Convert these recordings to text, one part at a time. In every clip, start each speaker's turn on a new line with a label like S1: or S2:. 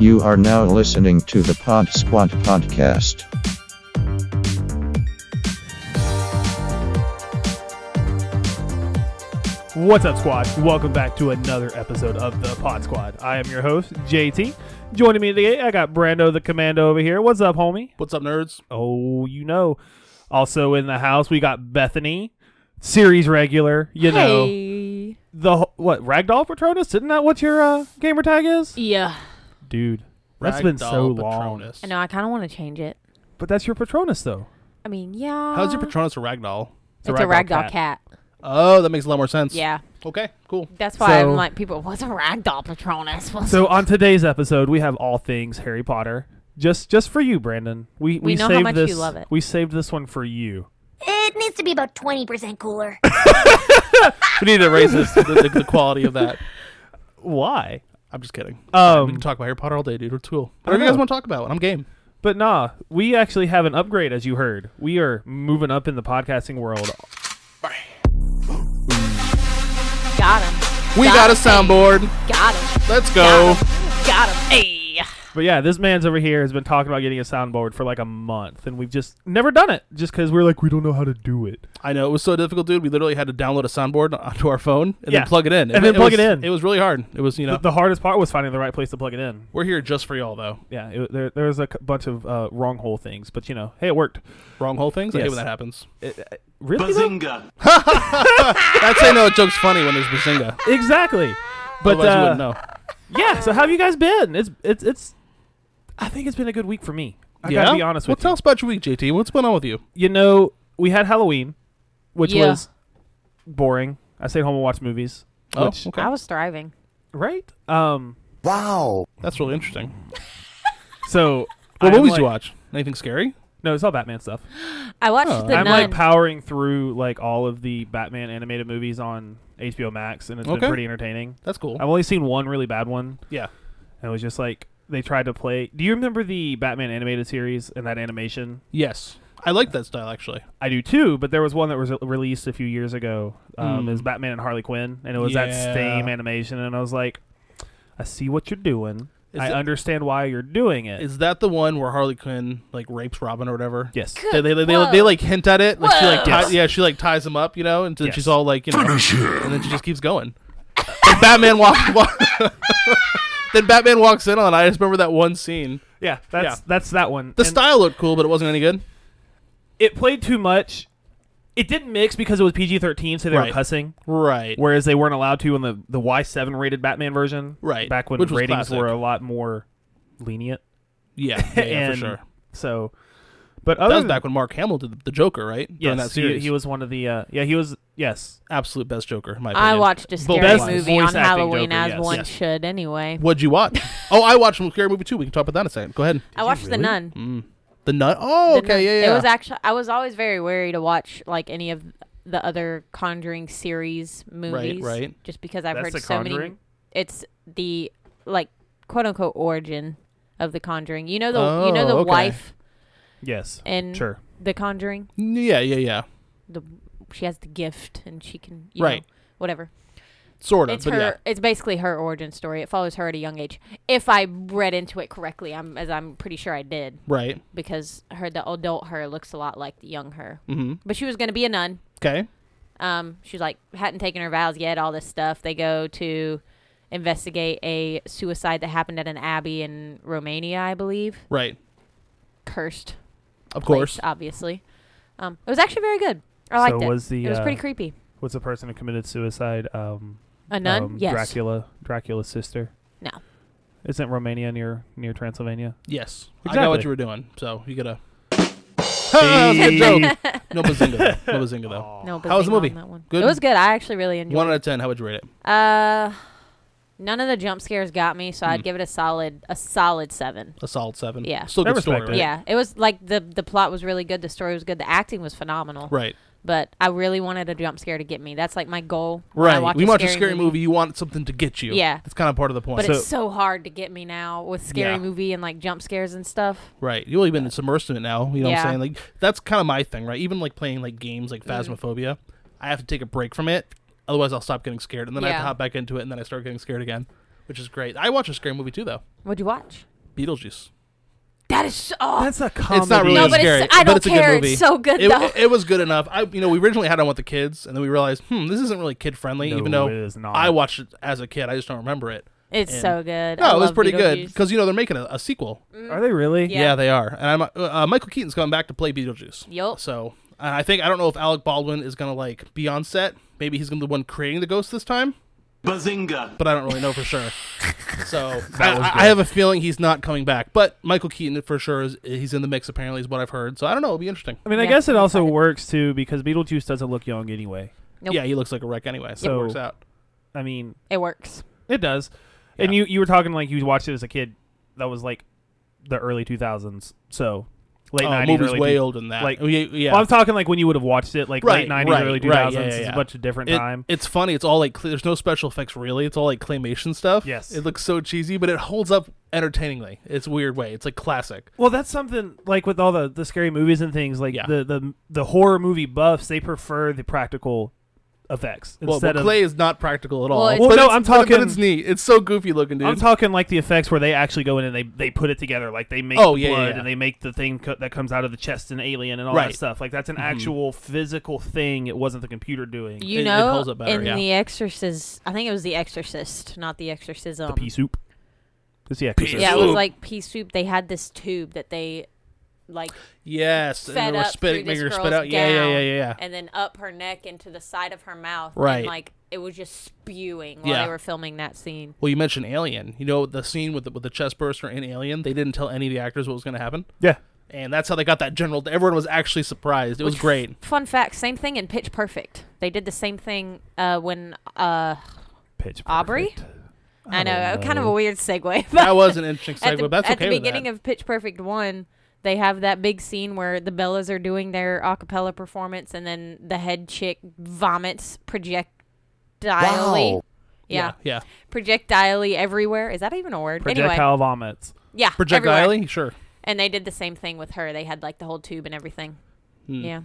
S1: You are now listening to the Pod Squad podcast.
S2: What's up, squad? Welcome back to another episode of the Pod Squad. I am your host, JT. Joining me today, I got Brando the Commando over here. What's up, homie?
S3: What's up, nerds?
S2: Oh, you know. Also in the house, we got Bethany, series regular. You know
S4: Hey.
S2: the wh- what Ragdoll Patronus? Isn't that what your uh, gamer tag is,
S4: Yeah.
S2: dude? That's been so
S3: Ragdoll
S2: long.
S3: Patronus.
S4: I know. I kind of want to change it.
S2: But that's your Patronus though.
S4: I mean, yeah.
S3: How's your Patronus a Ragdoll?
S2: It's
S4: It's
S2: a
S4: a
S2: ragdoll
S4: ragdoll,
S2: cat.
S4: cat.
S3: Oh, that makes a lot more sense.
S4: Yeah.
S3: Okay, cool.
S4: That's why
S2: So-
S4: I'm like, people, what's a ragdoll Patronus? What's
S2: So on today's episode, we have all things Harry Potter. Just just for you, Brandon. We we,
S4: We know how
S2: saved
S4: much you
S2: this.
S4: love it.
S2: We saved this one for you.
S5: It needs to be about 20% cooler.
S3: We need to raise this, the, the, the quality of that.
S2: Why?
S3: I'm just kidding. we
S2: Um,
S3: can talk about Harry Potter all day, dude. It's cool.
S2: I
S3: Whatever you
S2: know.
S3: guys want to talk about, I'm game.
S2: but nah, we actually have an upgrade, as you heard. We are moving up in the podcasting world.
S4: got him?
S3: We got a soundboard.
S4: Got him.
S3: Let's
S4: Got
S3: go.
S4: him. Got him. Hey.
S2: But yeah, this man's over here has been talking about getting a soundboard for like a month, and we've just never done it, just because we're like we don't know how to do it.
S3: I know it was so difficult, dude. We literally had to download a soundboard onto our phone and
S2: Yeah.
S3: then plug it in.
S2: And then plug
S3: was-
S2: it in.
S3: It was really hard. It was, you know,
S2: The, the hardest part was finding the right place to plug it in.
S3: we're here just for y'all though.
S2: Yeah, it, there there was a c- bunch of uh, wrong hole things, but you know, hey, it worked.
S3: Wrong whole things. I hate
S2: Yes.
S3: when that happens.
S2: Really? though?
S3: That's how you know a joke's funny when there's bazinga.
S2: Exactly. But
S3: Otherwise, you
S2: uh,
S3: wouldn't know.
S2: yeah, so how have you guys been? It's it's it's. I think it's been a good week for me. I gotta be honest
S3: well,
S2: with
S3: tell
S2: you.
S3: us about your week, JT. What's going on with you?
S2: you know, we had Halloween, which
S4: Yeah.
S2: was boring. I stayed home and watched movies.
S3: Oh,
S2: which-
S3: okay.
S4: I was thriving.
S2: Right? Um.
S3: That's really interesting.
S2: So.
S3: What
S2: I'm
S3: movies
S2: like,
S3: you watch? Anything scary?
S2: No, it's all Batman stuff.
S4: I watched
S3: Oh.
S4: the
S2: I'm
S4: nun.
S2: like powering through like all of the Batman animated movies on HBO Max, and it's
S3: Okay.
S2: been pretty entertaining.
S3: That's cool.
S2: I've only seen one really bad one,
S3: yeah.
S2: and it was just like they tried to play. Do you remember the Batman animated series and that animation?
S3: Yes. I like that style actually.
S2: I do too, but there was one that was released a few years ago. Um, It was Batman and Harley Quinn, and it was
S3: Hmm. Yeah.
S2: that same animation. And I was like, I see what you're doing.
S3: Is
S2: I
S3: it-
S2: understand why you're doing it.
S3: Is that the one where Harley Quinn like rapes Robin or whatever?
S2: yes.
S3: They, they, they, they,
S4: Whoa.
S3: they, like hint at it. Like she like
S4: Whoa.
S3: ti- yeah she like ties him up you know and then
S2: Yes.
S3: she's all like you know and then she just keeps going. Then Batman walks. Walk, then Batman walks in on. it. I just remember that one scene.
S2: Yeah, that's
S3: Yeah.
S2: that's that one.
S3: The
S2: And
S3: style looked cool, but it wasn't any good.
S2: it played too much. It didn't mix because it was PG-13, so they
S3: Right.
S2: were cussing,
S3: Right.
S2: whereas they weren't allowed to in the the Y7 rated Batman version.
S3: Right,
S2: Back when
S3: which was
S2: ratings
S3: classic.
S2: were a lot more lenient.
S3: yeah. yeah, yeah,
S2: and
S3: for sure.
S2: So, but other
S3: That was
S2: than-
S3: back when Mark Hamill did the Joker, right? During
S2: Yes,
S3: that
S2: he-
S3: series.
S2: he was one of the. Uh, yeah, he was. Yes,
S3: absolute best Joker. In my opinion.
S4: I watched a scary
S2: best
S4: movie
S2: voice
S4: on
S2: acting
S4: Halloween,
S2: Joker,
S4: as
S2: yes.
S4: one
S2: Yes.
S4: should anyway.
S3: What'd you watch? oh, I watched a scary movie too. We can talk about that in a second. Go ahead.
S4: I watched the nun.
S2: Mm.
S3: The Nun. Oh,
S4: The
S3: okay,
S4: Nun.
S3: yeah, yeah.
S4: It was actually. I was always very wary to watch like any of the other Conjuring series movies,
S3: right.
S4: Just because I've
S2: That's
S4: heard
S2: The
S4: so many.
S2: Conjuring?
S4: It's the like quote unquote origin of the Conjuring. You know the you know
S3: Oh,
S4: the
S3: okay.
S4: wife
S2: Yes.
S4: in
S2: Sure.
S4: the Conjuring.
S3: yeah, yeah, yeah.
S4: The she has the gift and she can you
S3: Right.
S4: know, whatever.
S3: Sort of,
S4: It's
S3: but
S4: her.
S3: yeah.
S4: It's basically her origin story. It follows her at a young age. If I read into it correctly, I'm as I'm pretty sure I did
S3: Right.
S4: because her the adult her looks a lot like the young her.
S3: hmm
S4: But she was going to be a nun.
S3: Okay.
S4: Um, she's like hadn't taken her vows yet. All this stuff. They go to investigate a suicide that happened at an abbey in Romania, I believe.
S3: Right.
S4: Cursed
S3: Of
S4: place,
S3: course.
S4: obviously. Um, it was actually very good. I
S2: So
S4: liked it.
S2: was the,
S4: it was
S2: uh,
S4: pretty creepy.
S2: Was the person who committed suicide um,
S4: A nun?
S2: um,
S4: yes.
S2: Dracula Dracula's sister?
S4: No.
S2: Isn't Romania near near Transylvania?
S3: Yes. I
S2: Exactly.
S3: got what you were doing. So you gotta. Ha, that was a joke. No bazinga. Though. No bazinga though.
S4: No, but
S3: How was the
S4: they were
S3: movie?
S4: on That one.
S3: Good?
S4: It was good. I actually really enjoyed
S3: One
S4: it.
S3: out of ten. How would you rate it?
S4: Uh, none of the jump scares got me, so
S2: Hmm.
S4: I'd give it a solid a solid seven.
S3: A solid seven.
S4: Yeah.
S3: Still
S2: I
S3: good
S2: respect
S3: story.
S2: it.
S3: Right?
S4: Yeah, it was like the the plot was really good, the story was good, the acting was phenomenal.
S3: Right.
S4: But I really wanted a jump scare to get me. That's like my goal. when I
S3: Right.
S4: watch
S3: we
S4: a
S3: watch
S4: scary
S3: a scary movie. You want something to get you.
S4: Yeah.
S3: That's kind of part of the point.
S4: But
S2: So-
S4: it's so hard to get me now with scary
S3: Yeah.
S4: movie and like jump scares and stuff.
S3: Right. You've only been submersed in it now. You know what
S4: Yeah.
S3: I'm saying? Like that's kind of my thing, right? Even like playing like games like
S4: Mm-hmm.
S3: Phasmophobia, I have to take a break from it. Otherwise, I'll stop getting scared, and then I have to
S4: Yeah.
S3: hop back into it, and then I start getting scared again, which is great. I watch a scary movie too, though.
S4: What'd you watch?
S3: Beetlejuice.
S4: That is so. Oh.
S2: That's a comedy.
S3: It's not really
S4: No, but
S3: scary,
S4: it's- I don't
S3: it's a
S4: care,
S3: good
S4: it's
S3: movie.
S4: so good,
S3: it,
S4: though.
S3: It, was good enough. I, you know, we originally had it on with the kids, and then we realized, hmm, this isn't really kid friendly.
S2: No,
S3: even though
S2: it is not.
S3: I watched it as a kid, I just don't remember it.
S4: it's
S3: and-
S4: so good. I
S3: No, it was
S4: love
S3: pretty good
S4: Beetlejuice.
S3: because you know they're making a, a sequel.
S2: Are they really?
S4: Yeah.
S3: Yeah. they are. And I'm, uh, uh, Michael Keaton's coming back to play Beetlejuice.
S4: Yup.
S3: So and I think I don't know if Alec Baldwin is gonna like be on set. Maybe he's gonna be the one creating the ghost this time,
S6: Bazinga.
S3: but I don't really know for sure. So I, I- I have a feeling he's not coming back. But Michael Keaton for sure is he's in the mix apparently is what I've heard. So I don't know. It'll be interesting.
S2: I mean, I
S4: Yeah,
S2: guess it
S4: I'm
S2: also
S4: excited.
S2: works too because Beetlejuice doesn't look young anyway.
S4: Nope.
S3: Yeah, he looks like a wreck anyway, so,
S2: So-
S3: it works out.
S2: I mean,
S4: It works.
S2: it does. And you you were talking like you watched it as a kid. That was like the early 2000s. So late
S3: Oh,
S2: 90s,
S3: movie's
S2: early
S3: way
S2: 2000s.
S3: older than that.
S2: Like-
S3: Oh, yeah, yeah.
S2: Well, I'm talking like when you would have watched it, like late
S3: Right,
S2: 90s,
S3: right,
S2: early 2000s.
S3: right, yeah, yeah,
S2: It's
S3: yeah.
S2: a bunch of different
S3: It-
S2: time.
S3: It's funny. It's all like cle- there's no special effects really. It's all like claymation stuff.
S2: Yes.
S3: it looks so cheesy, but it holds up entertainingly. It's a weird way. It's like classic.
S2: Well, that's something like with all the, the scary movies and things like
S3: Yeah.
S2: the, the the horror movie buffs. They prefer the practical effects
S3: Well,
S2: instead
S3: well,
S2: of.
S3: clay is not practical at all.
S4: Well, it's-
S2: Well,
S3: but
S2: no,
S3: it's-
S2: I'm
S3: but-
S2: talking-
S3: But it's neat. It's so goofy looking, dude.
S2: I'm talking like the effects where they actually go in and they, they put it together, like they make
S3: Oh,
S2: the
S3: yeah, yeah,
S2: blood
S3: yeah.
S2: and they make the thing co- that comes out of the chest in Alien and all that
S3: Right. Mm-hmm.
S2: stuff. Like that's an actual physical thing. It wasn't the computer doing
S4: You
S3: It- it
S4: know,
S3: holds up better,
S4: in
S3: yeah.
S4: The Exorcist, I think it was The Exorcist, not The Exorcism.
S2: the pea soup. It's the exorcist.
S4: yeah, it was like pea soup. They had this tube that they like
S3: yes, and
S4: fed
S3: they were
S4: up through
S3: spit, make
S4: this
S3: her
S4: girl's
S3: spit out.
S4: gown,
S3: Yeah, yeah, yeah, yeah, yeah.
S4: and then up her neck into the side of her mouth.
S3: Right.
S4: and, like it was just spewing while
S3: Yeah.
S4: they were filming that scene.
S3: Well, you mentioned Alien. You know the scene with the, with the chest burster in Alien. They didn't tell any of the actors what was going to happen,
S2: Yeah.
S3: and that's how they got that general. Everyone was actually surprised. It was
S4: Which,
S3: great.
S4: Fun fact: same thing in Pitch Perfect. They did the same thing uh, when uh,
S2: Pitch
S4: Aubrey.
S2: perfect.
S4: I, know,
S2: don't
S4: kind of
S2: know.
S4: a weird segue.
S3: That was an interesting segue.
S4: at the,
S3: but that's
S4: at
S3: okay.
S4: the
S3: with
S4: beginning
S3: that.
S4: of Pitch Perfect one, they have that big scene where the Bellas are doing their a cappella performance, and then the head chick vomits projectilely. Yeah,
S3: yeah, yeah.
S4: projectilely everywhere. Is that even a word? Anyway,
S2: Projectile vomits.
S4: yeah, everywhere.
S3: Projectile, sure.
S4: And they did the same thing with her. They had like the whole tube and everything.
S3: Hmm. Mm.
S4: Yeah,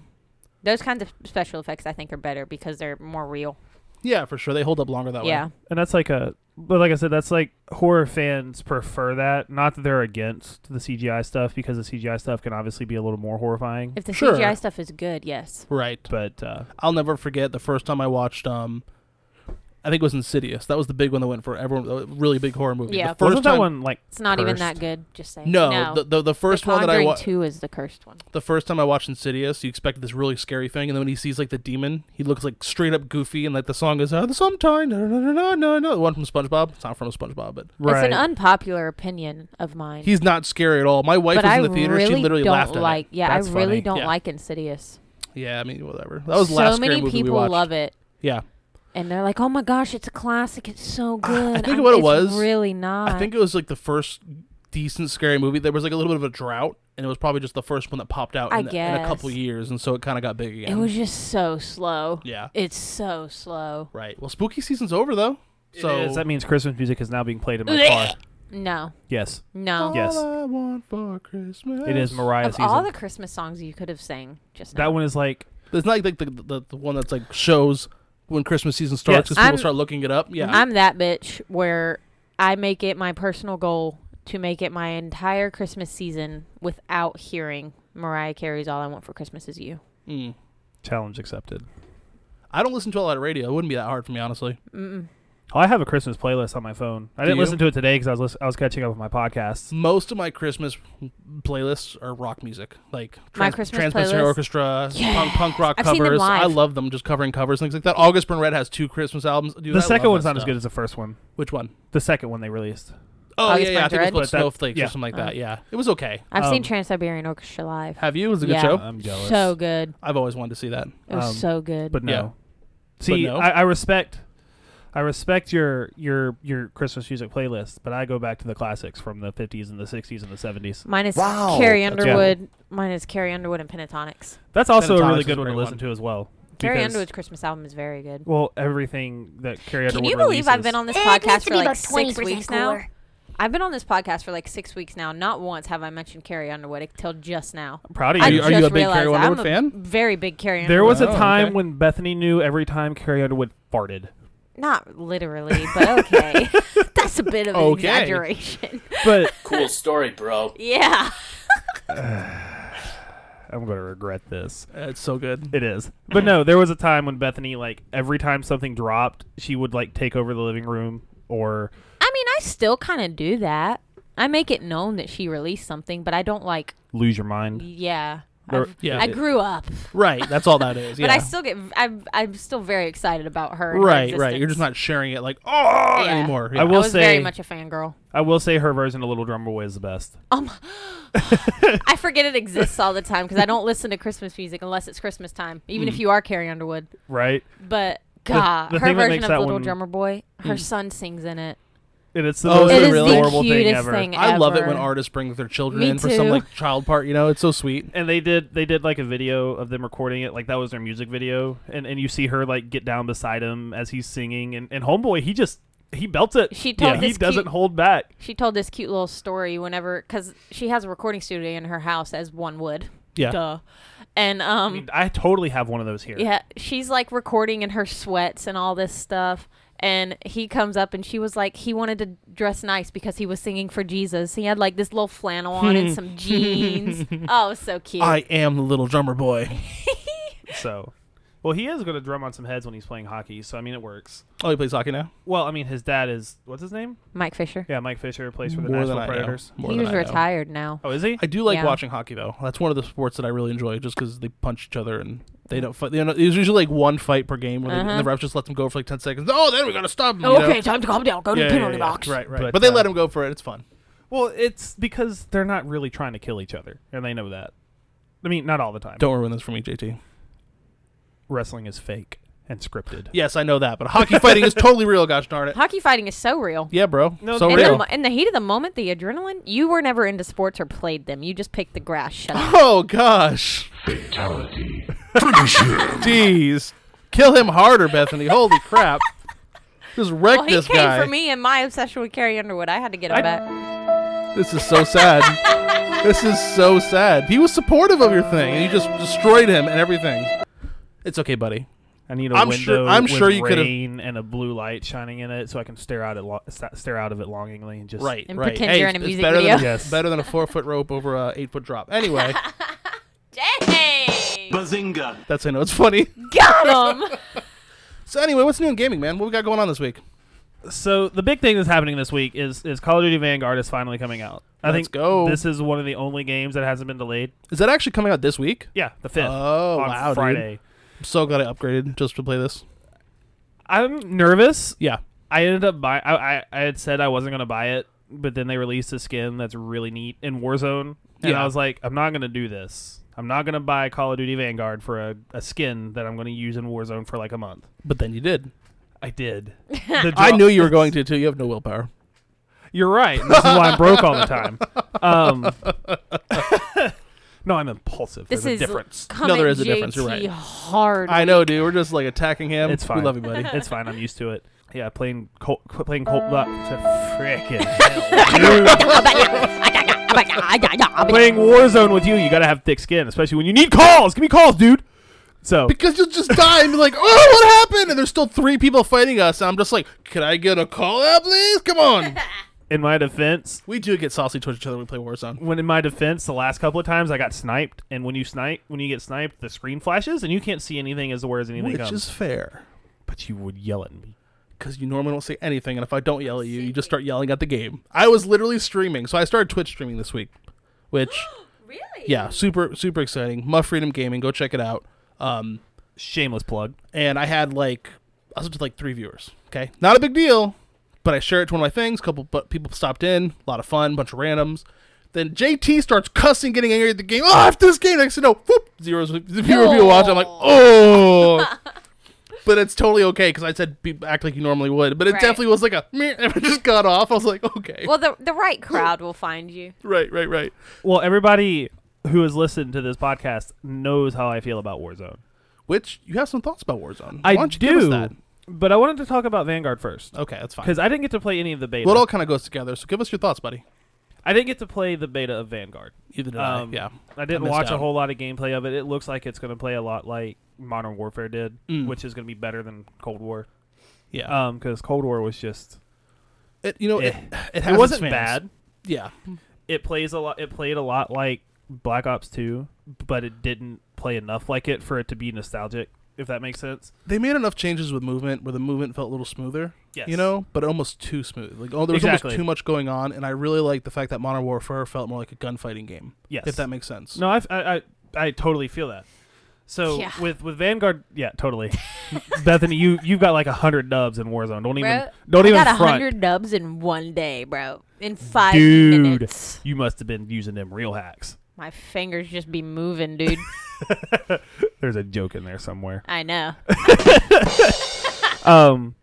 S4: those kinds of special effects I think are better because they're more real.
S3: Yeah, for sure. They hold up longer that
S4: yeah,
S3: way.
S2: And that's like a but like I said, that's like horror fans prefer that. Not that they're against the CGI stuff because the CGI stuff can obviously be a little more horrifying.
S4: if the
S3: Sure.
S4: CGI stuff is good, yes.
S3: Right.
S2: But uh,
S3: I'll never forget the first time I watched um I think it was Insidious. That was the big one that went for everyone a really big horror movie.
S4: Yeah.
S3: The 1st
S2: wasn't
S3: time,
S2: that one like
S4: It's not even that
S2: cursed?
S4: good. Just saying.
S3: No, The, the the first
S4: The
S3: one that I
S4: Conjuring
S3: watched
S4: Two is the cursed one.
S3: the first time I watched Insidious, you expected this really scary thing and then when he sees like the demon, he looks like straight up goofy and like the song is uh, the sometime no no no no no no the one from SpongeBob. It's not from SpongeBob, but
S2: Right.
S4: It's an unpopular opinion of mine.
S3: he's not scary at all. My wife
S4: but
S3: was
S4: I
S3: in the theater,
S4: really
S3: she literally
S4: don't
S3: laughed at
S4: like.
S3: it.
S4: Yeah,
S2: That's
S4: I really
S2: funny.
S4: don't
S3: Yeah.
S4: like Insidious.
S3: Yeah, I mean whatever. That was the
S4: so
S3: last
S4: many
S3: scary movie we
S4: people
S3: watched.
S4: love it,
S3: Yeah.
S4: and they're like, "Oh my gosh, it's a classic! It's so good."
S3: think
S4: I'm-
S3: what it
S4: it's
S3: was-
S4: really not.
S3: I think it was like the first decent scary movie. There was like a little bit of a drought, and it was probably just the first one that popped out
S4: I
S3: in, in a couple
S4: guess.
S3: years, and so it kind of got big again.
S4: it was just so slow.
S3: yeah,
S4: It's so slow.
S3: right. Well, spooky season's over though, so
S2: It is. that means Christmas music is now being played in my car.
S4: No,
S2: Yes,
S4: no.
S3: all
S2: Yes.
S3: I want for Christmas.
S2: it is Mariah
S4: Of
S2: season.
S4: all the Christmas songs you could have sang just now,
S2: that one is like
S3: It's not like the, the the one that's like shows when Christmas season starts because
S4: I'm-
S3: people start looking it up. Yeah,
S4: I'm that bitch where I make it my personal goal to make it my entire Christmas season without hearing Mariah Carey's "All I Want for Christmas Is You."
S3: Mm.
S2: challenge accepted.
S3: I don't listen to a lot of radio. It wouldn't be that hard for me, honestly.
S2: Oh, I have a Christmas playlist on my phone. I
S3: Do
S2: didn't
S3: you? Mm.
S2: listen to it today because I was lis- I was catching up with my podcasts.
S3: Most of my Christmas playlists are rock music, like
S4: My
S3: Trans-
S4: Christmas
S3: Transmission
S4: playlist?
S3: Orchestra, punk punk rock
S4: I've seen them
S3: covers. I
S4: live.
S3: love them, just covering covers, things like that. August Burn Red has two Christmas albums. Dude,
S2: the
S3: I
S2: second
S3: love
S2: one's
S3: that
S2: not as
S3: stuff.
S2: good as the first one.
S3: Which one?
S2: The second one they released.
S3: Oh yeah,
S4: August
S3: yeah, I
S4: Burn
S3: think it was
S4: Red?
S3: called
S2: But that-
S3: Snowflakes
S2: yeah.
S3: or something like
S4: Oh.
S3: that. Yeah, it was okay.
S4: I've
S2: Um,
S4: seen Trans Siberian Orchestra live.
S3: Have you? It was a good
S4: Yeah.
S3: show.
S2: I'm jealous.
S4: So good.
S3: I've always wanted to see that.
S4: It was
S2: Um,
S4: so good.
S2: but no.
S3: Yeah.
S2: See,
S3: no.
S2: I, I respect, I respect your your your Christmas music playlist, but I go back to the classics from the fifties and the sixties and the seventies.
S4: mine is Carrie
S2: cool.
S4: Underwood. Mine is Carrie Underwood and Pentatonics.
S2: That's also
S3: Pentatonics
S2: a really
S3: is a
S2: good one to
S3: great
S2: listen
S3: one.
S2: to as well.
S4: Carrie
S2: because-
S4: Underwood's Christmas album is very good.
S2: Well, everything that Carrie Underwood.
S4: Can you believe I've
S2: releases-
S4: been on this
S5: It needs
S4: podcast
S5: to
S4: for
S5: be
S4: like
S5: about
S4: six
S5: 20%
S4: weeks now?
S5: cooler.
S4: I've been on this podcast for like six weeks now. Not once have I mentioned Carrie Underwood until just now.
S2: I'm proud of
S4: I
S3: you-
S2: you.
S3: are you
S4: just
S3: a big Carrie
S4: realized
S3: Underwood fan?
S4: I'm A very big Carrie Underwood.
S2: There was a
S3: Oh,
S2: time
S3: okay.
S2: when Bethany knew every time Carrie Underwood farted.
S4: Not literally, but okay. That's a bit of an
S3: Okay.
S4: exaggeration.
S2: But
S6: Cool story, bro.
S4: yeah.
S2: I'm going to regret this.
S3: Uh, It's so good.
S2: It is. But no, there was a time when Bethany, like, every time something dropped, she would, like, take over the living room or.
S4: I mean, I still kind of do that. I make it known that she released something, but I don't like.
S2: Lose your mind.
S4: Yeah.
S2: Or-
S4: I've-
S3: yeah.
S4: I grew up,
S3: Right. That's all that is.
S4: but
S3: yeah.
S4: I still get. I'm, I'm still very excited about her. and her
S3: right. Right. You're
S4: existence.
S3: just not sharing it like oh
S4: Yeah.
S3: anymore.
S2: I
S4: I
S2: will
S4: was very
S2: say-
S4: much a fangirl.
S2: I will say her version of Little Drummer Boy is the best.
S4: Um, I forget it exists all the time because I don't listen to Christmas music unless it's Christmas time. Even if you are Carrie Underwood,
S2: Right?
S4: but God,
S2: Hmm. the
S4: her
S2: thing that
S4: version
S2: makes
S4: of
S2: that
S4: Little
S2: one- Hmm.
S4: Drummer Boy, her son sings in it.
S2: And it's the
S3: Oh,
S2: most
S3: is it
S4: it is
S3: really?
S4: the
S2: adorable
S4: cutest
S2: thing ever.
S3: I love it when
S4: ever.
S3: artists bring their children
S4: Me
S3: in for some
S4: too.
S3: like child part. You know, it's so sweet.
S2: and they did they did like a video of them recording it like that was their music video and and you see her like get down beside him as he's singing and, and homeboy he just he belts it
S4: She told
S2: he
S4: this
S2: doesn't
S4: cute-
S2: hold back
S4: She told this cute little story whenever because she has a recording studio in her house, as one would.
S3: Yeah.
S4: Duh. And
S2: I, mean,
S4: um,
S2: I totally have one of those here
S4: yeah, she's like recording in her sweats and all this stuff. And he comes up and she was like, he wanted to dress nice because he was singing for Jesus. He had like this little flannel on and some jeans. Oh, it was so cute.
S3: I am the little drummer boy.
S2: so well he is going to drum on some heads when he's playing hockey so i mean it works
S3: Oh, he plays hockey now.
S2: well i mean his dad is what's his name
S4: Mike Fisher.
S2: yeah mike fisher plays for the
S3: More than
S2: nashville
S3: I know.
S2: predators
S3: More
S4: he
S3: than
S4: was
S3: I know.
S4: retired now.
S2: oh is he
S3: I do like
S4: Yeah.
S3: watching hockey though. That's one of the sports that I really enjoy, just because they punch each other and they don't fight. You know, there's usually like one fight per game where they,
S4: Uh-huh.
S3: and the ref just lets them go for like ten seconds. Oh, then we gotta stop. 'em," you know?
S4: okay, time to calm down. Go to
S3: Yeah,
S4: the
S3: yeah,
S4: penalty
S3: yeah, yeah.
S4: box.
S3: Right, right.
S2: But,
S3: But, they
S2: uh,
S3: let him go for it. It's fun.
S2: well it's because they're not really trying to kill each other and they know that i mean not all the time
S3: Don't ruin this for me, JT.
S2: wrestling is fake and scripted
S3: Yes, I know that, but hockey fighting is totally real. Gosh darn it.
S4: Hockey fighting is so real.
S3: Yeah, bro.
S2: No,
S3: so
S2: they-
S4: In the,
S3: real.
S4: mo- in the heat of the moment, the adrenaline, you were never into sports or played them. You just picked the grass. Shut up.
S3: Oh gosh. Jeez. Kill him harder, Bethany. Holy crap. Just wreck
S4: Well, he
S3: this
S4: came
S3: guy.
S4: for me and my obsession with Carrie Underwood. I had to get him
S2: I-
S4: back.
S3: This is so sad. this is so sad. He was supportive of your thing, and you just destroyed him and everything. It's okay, buddy.
S2: I need a
S3: I'm
S2: window
S3: sure- I'm
S2: with
S3: sure you could've-
S2: rain and a blue light shining in it, so I can stare out it lo- sta- stare out of it longingly and just
S3: Right,
S4: And
S3: right.
S4: pretend
S3: Hey,
S4: you're in a
S3: it's
S4: music
S3: better
S4: video.
S3: Than,
S2: Yes.
S3: Better than a four foot rope over a eight foot drop. Anyway,
S4: Dang!
S6: Bazinga.
S3: that's I know it's funny.
S4: Got him!
S3: So anyway, what's new in gaming, man? What we got going on this week?
S2: So the big thing that's happening this week is is Call of Duty Vanguard is finally coming out. I
S3: Let's
S2: think
S3: go.
S2: this is one of the only games that hasn't been delayed.
S3: Is that actually coming out this week?
S2: Yeah, the fifth.
S3: Oh,
S2: on
S3: wow, dude.
S2: Friday.
S3: I'm so glad I upgraded just to play this.
S2: I'm nervous.
S3: Yeah,
S2: I ended up buy. I, I I had said I wasn't gonna buy it, but then they released a skin that's really neat in Warzone, and
S3: Yeah.
S2: I was like, I'm not gonna do this. I'm not gonna buy Call of Duty Vanguard for a, a skin that I'm gonna use in Warzone for like a month.
S3: but then you did.
S2: I did. The
S3: I
S2: drop-
S3: knew you were going to too. You have no willpower.
S2: You're right. This is why I'm broke all the time. Um, no, I'm impulsive.
S4: This
S2: There's
S4: is
S2: a difference.
S4: coming
S3: there is a
S4: JT
S3: difference, you're right.
S4: hard.
S3: I know, dude. We're just like attacking him.
S2: It's fine.
S3: We love you, buddy.
S2: It's fine. I'm used to it. Yeah, playing Colt, qu- playing Colt Black. Frickin' hell, dude. playing Warzone with you, you gotta have thick skin, especially when you need calls. Give me calls, dude. So
S3: because you'll just die and be like, "Oh, what happened?" And there's still three people fighting us, and I'm just like, "Can I get a call out, please? Come on."
S2: in my defense,
S3: we do get saucy towards each other when we play Warzone.
S2: when in my defense, the last couple of times I got sniped, and when you snipe, when you get sniped, the screen flashes and you can't see anything as to where as anything
S3: Which
S2: comes.
S3: is fair,
S2: but you would yell at me.
S3: because you normally don't say anything, and if I don't yell at you, you just start yelling at the game. I was literally streaming, so I started Twitch streaming this week, which
S4: Really?
S3: yeah, super super exciting. Muff Freedom Gaming, go check it out. Um,
S2: Shameless plug.
S3: and I had like I was up to like three viewers. Okay, not a big deal, but I shared it to one of my things. Couple but people stopped in, a lot of fun, bunch of randoms. Then JT starts cussing, getting angry at the game. Oh, after this game, next to know, whoop, zero zero people watch. I'm like, oh. But it's totally okay because I said be, act like you normally would. But it
S4: Right.
S3: definitely was like a meh, and I just got off. I was like, okay,
S4: Well, the, the right crowd will find you.
S3: right, right, right.
S2: Well, everybody who has listened to this podcast knows how I feel about Warzone.
S3: Which you have some thoughts about Warzone?
S2: I
S3: Why don't you
S2: do,
S3: give us that?
S2: but I wanted to talk about Vanguard first
S3: Okay, that's fine.
S2: because I didn't get to play any of the beta.
S3: Well, it all kind of goes together. So give us your thoughts, buddy.
S2: I didn't get to play the beta of Vanguard.
S3: Either did
S2: Um,
S3: I. Yeah,
S2: I didn't
S3: missed
S2: watch a
S3: out.
S2: whole lot of gameplay of it. It
S3: Mm.
S2: looks like it's going to play a lot like Modern Warfare did, which is going to be better than Cold War.
S3: Yeah.
S2: Um, because Cold War was just
S3: it, you know, Oh, it,
S2: eh.
S3: it, has
S2: it wasn't
S3: its fans.
S2: bad.
S3: Yeah.
S2: It plays a lot. It played a lot like Black Ops Two, but it didn't play enough like it for it to be nostalgic. If that makes sense.
S3: They made enough changes with movement where the movement felt a little smoother.
S2: Yes.
S3: You know, but almost too smooth. Like, oh, there was
S2: Exactly.
S3: almost too much going on, and I really like the fact that Modern Warfare felt more like a gunfighting game.
S2: Yes.
S3: If that makes sense.
S2: No, I've- I I I totally feel that. So
S4: Yeah.
S2: with with Vanguard, yeah, totally. Bethany, you you've got like a hundred dubs in Warzone. Don't even
S4: Bro,
S2: don't
S4: I
S2: even
S4: got a
S2: front.
S4: hundred dubs in one day, bro. In five
S2: Dude.
S4: minutes,
S2: You must have been using them real hacks.
S4: my fingers just be moving, dude.
S2: There's a joke in there somewhere.
S4: I know.
S2: Um,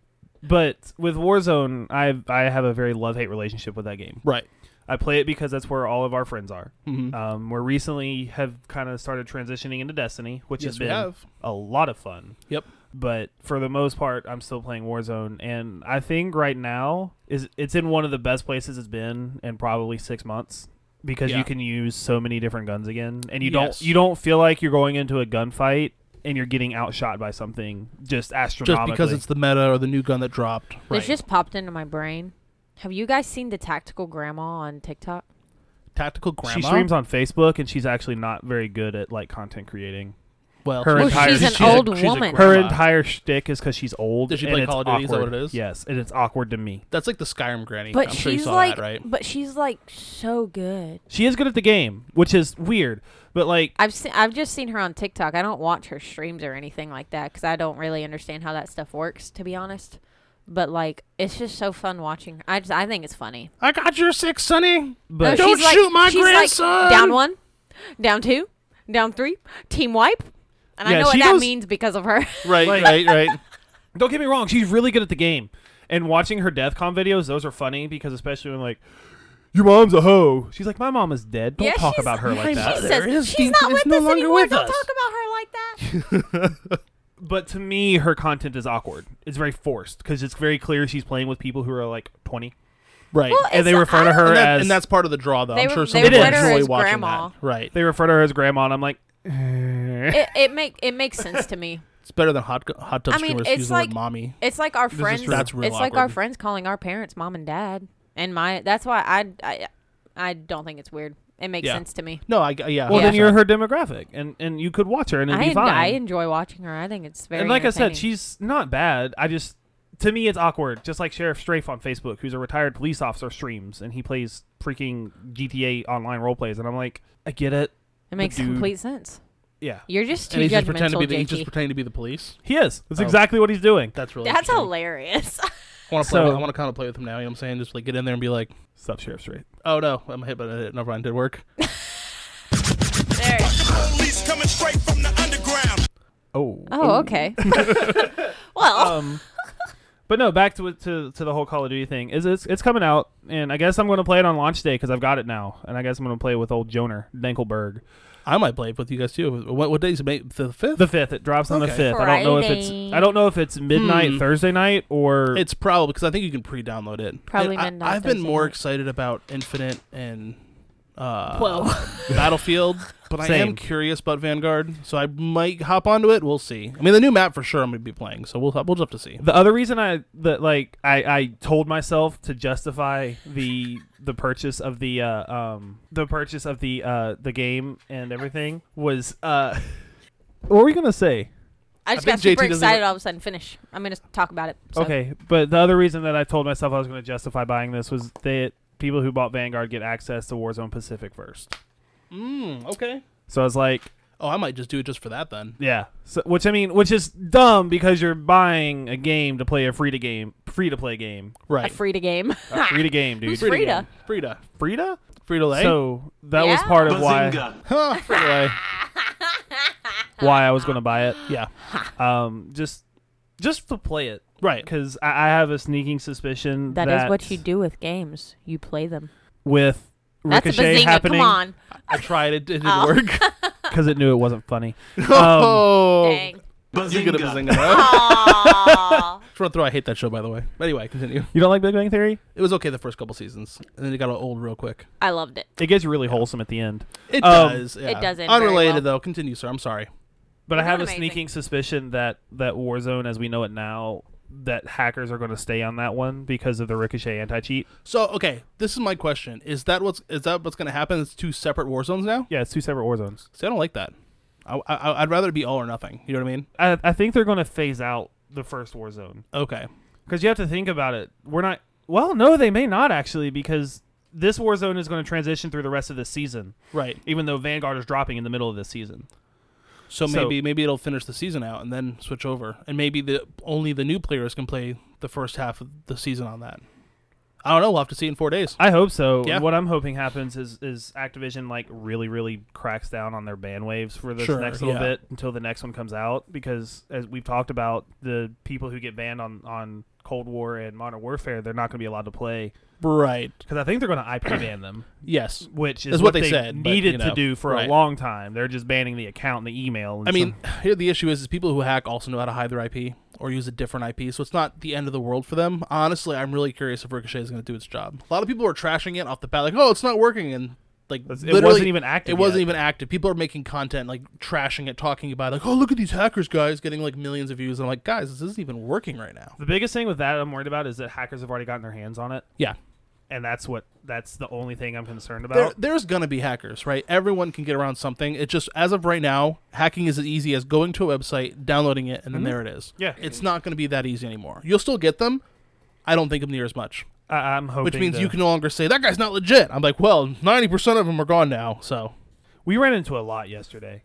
S2: but with Warzone, I I have a very love hate relationship with that game.
S3: Right.
S2: I play it because that's where all of our friends are.
S3: Mhm.
S2: Um, we recently have kind of started transitioning into Destiny, which
S3: Yes,
S2: has
S3: we
S2: been
S3: have.
S2: a lot of fun.
S3: Yep.
S2: But for the most part, I'm still playing Warzone, and I think right now is it's in one of the best places it's been in probably six months because
S3: Yeah.
S2: you can use so many different guns again, and you
S3: Yes.
S2: don't you don't feel like you're going into a gunfight and you're getting outshot by something just
S3: Just
S2: astronomically.
S3: because it's the meta or the new gun that dropped. Right.
S4: This just popped into my brain. Have you guys seen the tactical grandma on TikTok?
S3: Tactical Grandma.
S2: she streams on Facebook, and she's actually not very good at like content creating.
S3: well,
S2: her
S3: she's-
S2: entire- She's an
S3: a-
S4: old
S3: a
S4: woman.
S2: Her
S3: grandma.
S2: entire shtick is because she's old.
S3: Does she
S2: and
S3: play
S2: it's
S3: Call of Duty? Is that what
S2: awkward.
S3: it is?
S2: Yes, and it's awkward to me.
S3: That's like the Skyrim granny.
S4: But
S3: I'm
S4: she's
S3: sure you saw
S4: like,
S3: that, right?
S4: but she's like so good.
S2: She is good at the game, which is weird, but like
S4: I've seen, I've just seen her on TikTok. I don't watch her streams or anything like that because I don't really understand how that stuff works, to be honest. But like, it's just so fun watching. Her. I just, I think it's funny.
S3: I got your six, Sonny.
S2: But-
S4: No,
S3: don't
S4: she's like-
S3: shoot my
S4: she's like,
S3: grandson.
S4: down one, down two, down three. Team wipe. And
S2: Yeah,
S4: I know what
S2: she
S4: that
S2: goes-
S4: means because of her.
S3: Right,
S2: Like-
S3: right, right.
S2: Don't get me wrong, she's really good at the game. And watching her DeathCon videos, those are funny because especially when like your mom's a hoe. She's like, my mom is dead. Don't
S4: Yeah,
S2: talk
S4: she's-
S2: about her
S3: my
S2: like that.
S4: she
S3: mother
S4: says
S3: is
S4: she's not
S3: deep- is
S4: with
S3: no
S4: us
S3: longer
S4: anymore.
S3: with
S4: don't
S3: us."
S4: talk about her like that.
S2: But to me, her content is awkward. It's very forced because it's very clear she's playing with people who are like 20,
S3: Right.
S4: Well,
S2: and they
S4: It's-
S2: refer to
S4: I
S2: her
S3: and, that-
S2: as
S3: and that's part of the draw, though.
S4: They
S3: I'm
S4: were-
S3: sure
S4: they
S3: some people
S2: refer to her
S3: enjoy
S4: as
S3: watching
S4: grandma.
S3: that. Right.
S2: they refer to her as grandma, and I'm like, eh.
S4: it, it make it makes sense to me.
S3: It's better than hot, hot tub
S4: I mean,
S3: streamers
S4: it's
S3: using the
S4: like-
S3: word mommy.
S4: It's like our
S3: is
S4: friends.
S3: true. That's real
S4: it's like our
S3: awkward.
S4: friends calling our parents mom and dad. And my that's why I I, I don't think it's weird. It makes
S3: Yeah.
S4: sense to me.
S3: No, I g- yeah.
S2: well, then
S4: Yeah.
S2: you're her demographic, and and you could watch her and it'd
S4: I,
S2: be fine.
S4: I enjoy watching her. I think it's very.
S2: and like I said,
S4: entertaining.
S2: she's not bad. I just to me it's awkward. Just like Sheriff Strafe on Facebook, who's a retired police officer, streams and he plays freaking GTA online role plays, and I'm like, I get it.
S4: It makes
S2: dude-
S4: complete sense.
S2: Yeah,
S4: You're just too
S3: and he's just pretending to
S4: judgmental,
S3: be the, he's just
S4: JT.
S3: pretending to be the police.
S2: he is. That's
S3: Oh.
S2: exactly what he's doing.
S3: That's really
S4: That's
S3: interesting.
S4: hilarious.
S3: I want to play.
S2: So-
S3: I want to kind of play with him now. You know what I'm saying? Just like get in there and be like,
S2: Stop, Sheriff Strafe.
S3: oh no, I'm hit, but it never mind. Did work.
S4: There.
S6: Police coming straight from the underground.
S2: Oh.
S4: Oh,
S3: Um,
S4: okay.
S3: Uh,
S4: well,
S2: Um. But no, back to to to the whole Call of Duty thing. Is it's it's coming out, and I guess I'm going to play it on launch day because I've got it now, and I guess I'm going to play it with old Joner Dankelberg.
S3: I might play it with you guys too. What what day's it? May the fifth?
S2: The fifth, it drops on the
S3: Okay.
S2: fifth. I don't know if it's
S4: Friday.
S2: I don't know if it's midnight
S3: Hmm.
S2: Thursday night or
S3: It's probably because I think you can pre-download it.
S4: Probably
S3: And I-
S4: midnight
S3: I've been
S4: Thursday
S3: more
S4: night.
S3: excited about Infinite and uh,
S4: Whoa.
S3: Battlefield, but I am
S2: Same.
S3: curious about Vanguard, so I might hop onto it. We'll see. I mean, the new map for sure I'm gonna be playing, so we'll we'll just have to see.
S2: The other reason I that like I, I told myself to justify the the purchase of the uh, um the purchase of the uh the game and everything was uh what were we gonna say?
S4: I just
S3: think
S4: got super
S3: JT doesn't
S4: excited
S3: even-
S4: all of a sudden. Finish. I'm gonna talk about it. so.
S2: Okay, but the other reason that I told myself I was gonna justify buying this was that people who bought Vanguard get access to Warzone Pacific first.
S3: Mm, okay.
S2: So I was like,
S3: Oh, I might just do it just for that then.
S2: yeah. So, which I mean, which is dumb because you're buying a game to play a free to game free to play game.
S4: A
S3: Right.
S4: Free to game.
S2: Free to game, dude.
S4: Who's- Frida.
S3: Frida.
S2: Frida?
S3: Frida Lay.
S2: So that was
S4: Yeah.
S2: part of why
S3: huh, Frida Lay.
S2: why
S4: Uh,
S2: I was going to buy it.
S3: Yeah.
S2: Um, just just to play it
S3: Right.
S2: because I, I have a sneaking suspicion that,
S4: that is what you do with games. You play them.
S2: with
S4: That's a
S2: Ricochet
S4: bazinga.
S2: happening
S4: Come on.
S3: I tried it. It didn't
S4: Oh.
S3: work.
S2: because it knew it wasn't funny. Um,
S3: oh.
S4: Dang.
S3: You could have bazinga. Just
S4: Aw.
S3: want to throw. I hate that show, by the way. But anyway, continue.
S2: you don't like Big Bang Theory?
S3: It was okay the first couple seasons, and then it got old real quick.
S4: I loved it.
S2: It gets really wholesome at the end.
S3: It
S2: Um,
S3: does. yeah.
S4: It doesn't very
S3: Unrelated
S4: well.
S3: though. Continue, sir. I'm sorry.
S2: But I
S4: Not
S2: have a
S4: amazing.
S2: sneaking suspicion that that Warzone, as we know it now, that hackers are going to stay on that one because of the Ricochet anti cheat.
S3: So okay, this is my question: Is that what's is that what's going to happen? It's two separate war zones now.
S2: Yeah, it's two separate war zones.
S3: See, I don't like that. I, I I'd rather it be all or nothing. You know what I mean?
S2: I, I think they're going to phase out the first war zone
S3: Okay.
S2: because you have to think about it. We're not. Well, no, they may not actually because this war zone is going to transition through the rest of the season,
S3: Right.
S2: even though Vanguard is dropping in the middle of this season.
S3: So
S2: So-
S3: maybe maybe it'll finish the season out and then switch over, and maybe the only the new players can play the first half of the season on that. I don't know. We'll have to see in four days.
S2: I hope so.
S3: Yeah.
S2: What I'm hoping happens is is Activision like really really cracks down on their ban waves for this
S3: Sure,
S2: next little
S3: yeah.
S2: bit until the next one comes out because as we've talked about the people who get banned on on Cold War and Modern Warfare they're not going to be allowed to play
S3: Right.
S2: because I think they're going to IP ban them
S3: Yes.
S2: which is
S3: That's
S2: what,
S3: what they said, but,
S2: needed
S3: you
S2: to
S3: know,
S2: do for
S3: right.
S2: a long time. They're just banning the account and the email. And
S3: I mean,
S2: some-
S3: here the issue is, is people who hack also know how to hide their IP or use a different IP, so it's not the end of the world for them. Honestly, I'm really curious if Ricochet is going to do its job. A lot of people are trashing it off the bat, like, "Oh, it's not working," and like
S2: That's- it
S3: literally-
S2: wasn't even active
S3: It wasn't
S2: yet.
S3: even active. People are making content, like trashing it, talking about, it, like, "Oh, look at these hackers, guys, getting like millions of views." And I'm like, guys, this isn't even working right now.
S2: the biggest thing with that I'm worried about is that hackers have already gotten their hands on it,
S3: Yeah,
S2: and that's what that's the only thing I'm concerned about.
S3: there, there's gonna be hackers, right? Everyone can get around something. It's just as of right now, hacking is as easy as going to a website, downloading it, and then there it is.
S2: Mm-hmm. Yeah.
S3: it's not gonna be that easy anymore. You'll still get them. I don't think of near as much,
S2: I, I'm hoping
S3: which means
S2: to-
S3: you can no longer say that guy's not legit. I'm like, well, ninety percent of them are gone now, so
S2: We ran into a lot yesterday.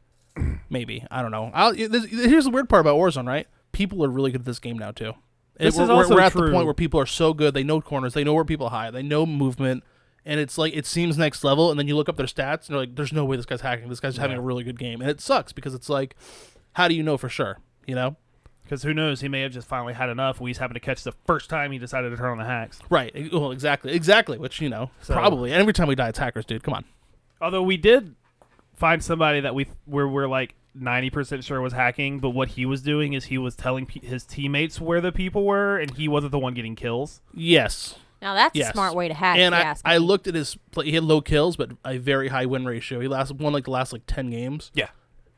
S3: maybe I don't know. I'll, this, here's the weird part about Warzone, right? People are really good at this game now too. It-
S2: This
S3: we're,
S2: is
S3: we're-
S2: also
S3: we're at
S2: true.
S3: the point where people are so good. They know corners. They know where people hide. They know movement. And it's like it seems next level. And then you look up their stats and you're like, "There's no way this guy's hacking. This guy's having a really good game." And it sucks because it's like, how do you know for sure? You know?
S2: Because who knows? He may have just finally had enough. We just happened to catch the first time he decided to turn on the hacks.
S3: Right. E- Well, exactly. Exactly. Which you know,
S2: So-
S3: probably. And every time we die, it's hackers, dude. Come on.
S2: Although we did find somebody that we where we're like ninety percent sure was hacking, but what he was doing is he was telling pe- his teammates where the people were, and he wasn't the one getting kills.
S3: Yes.
S4: Now that's
S3: Yes.
S4: a smart way to hack.
S3: and
S4: if
S3: I,
S4: you ask
S3: I
S4: me.
S3: looked at his. Play, he had low kills, but a very high win ratio. He last won like the last like ten games.
S2: Yeah,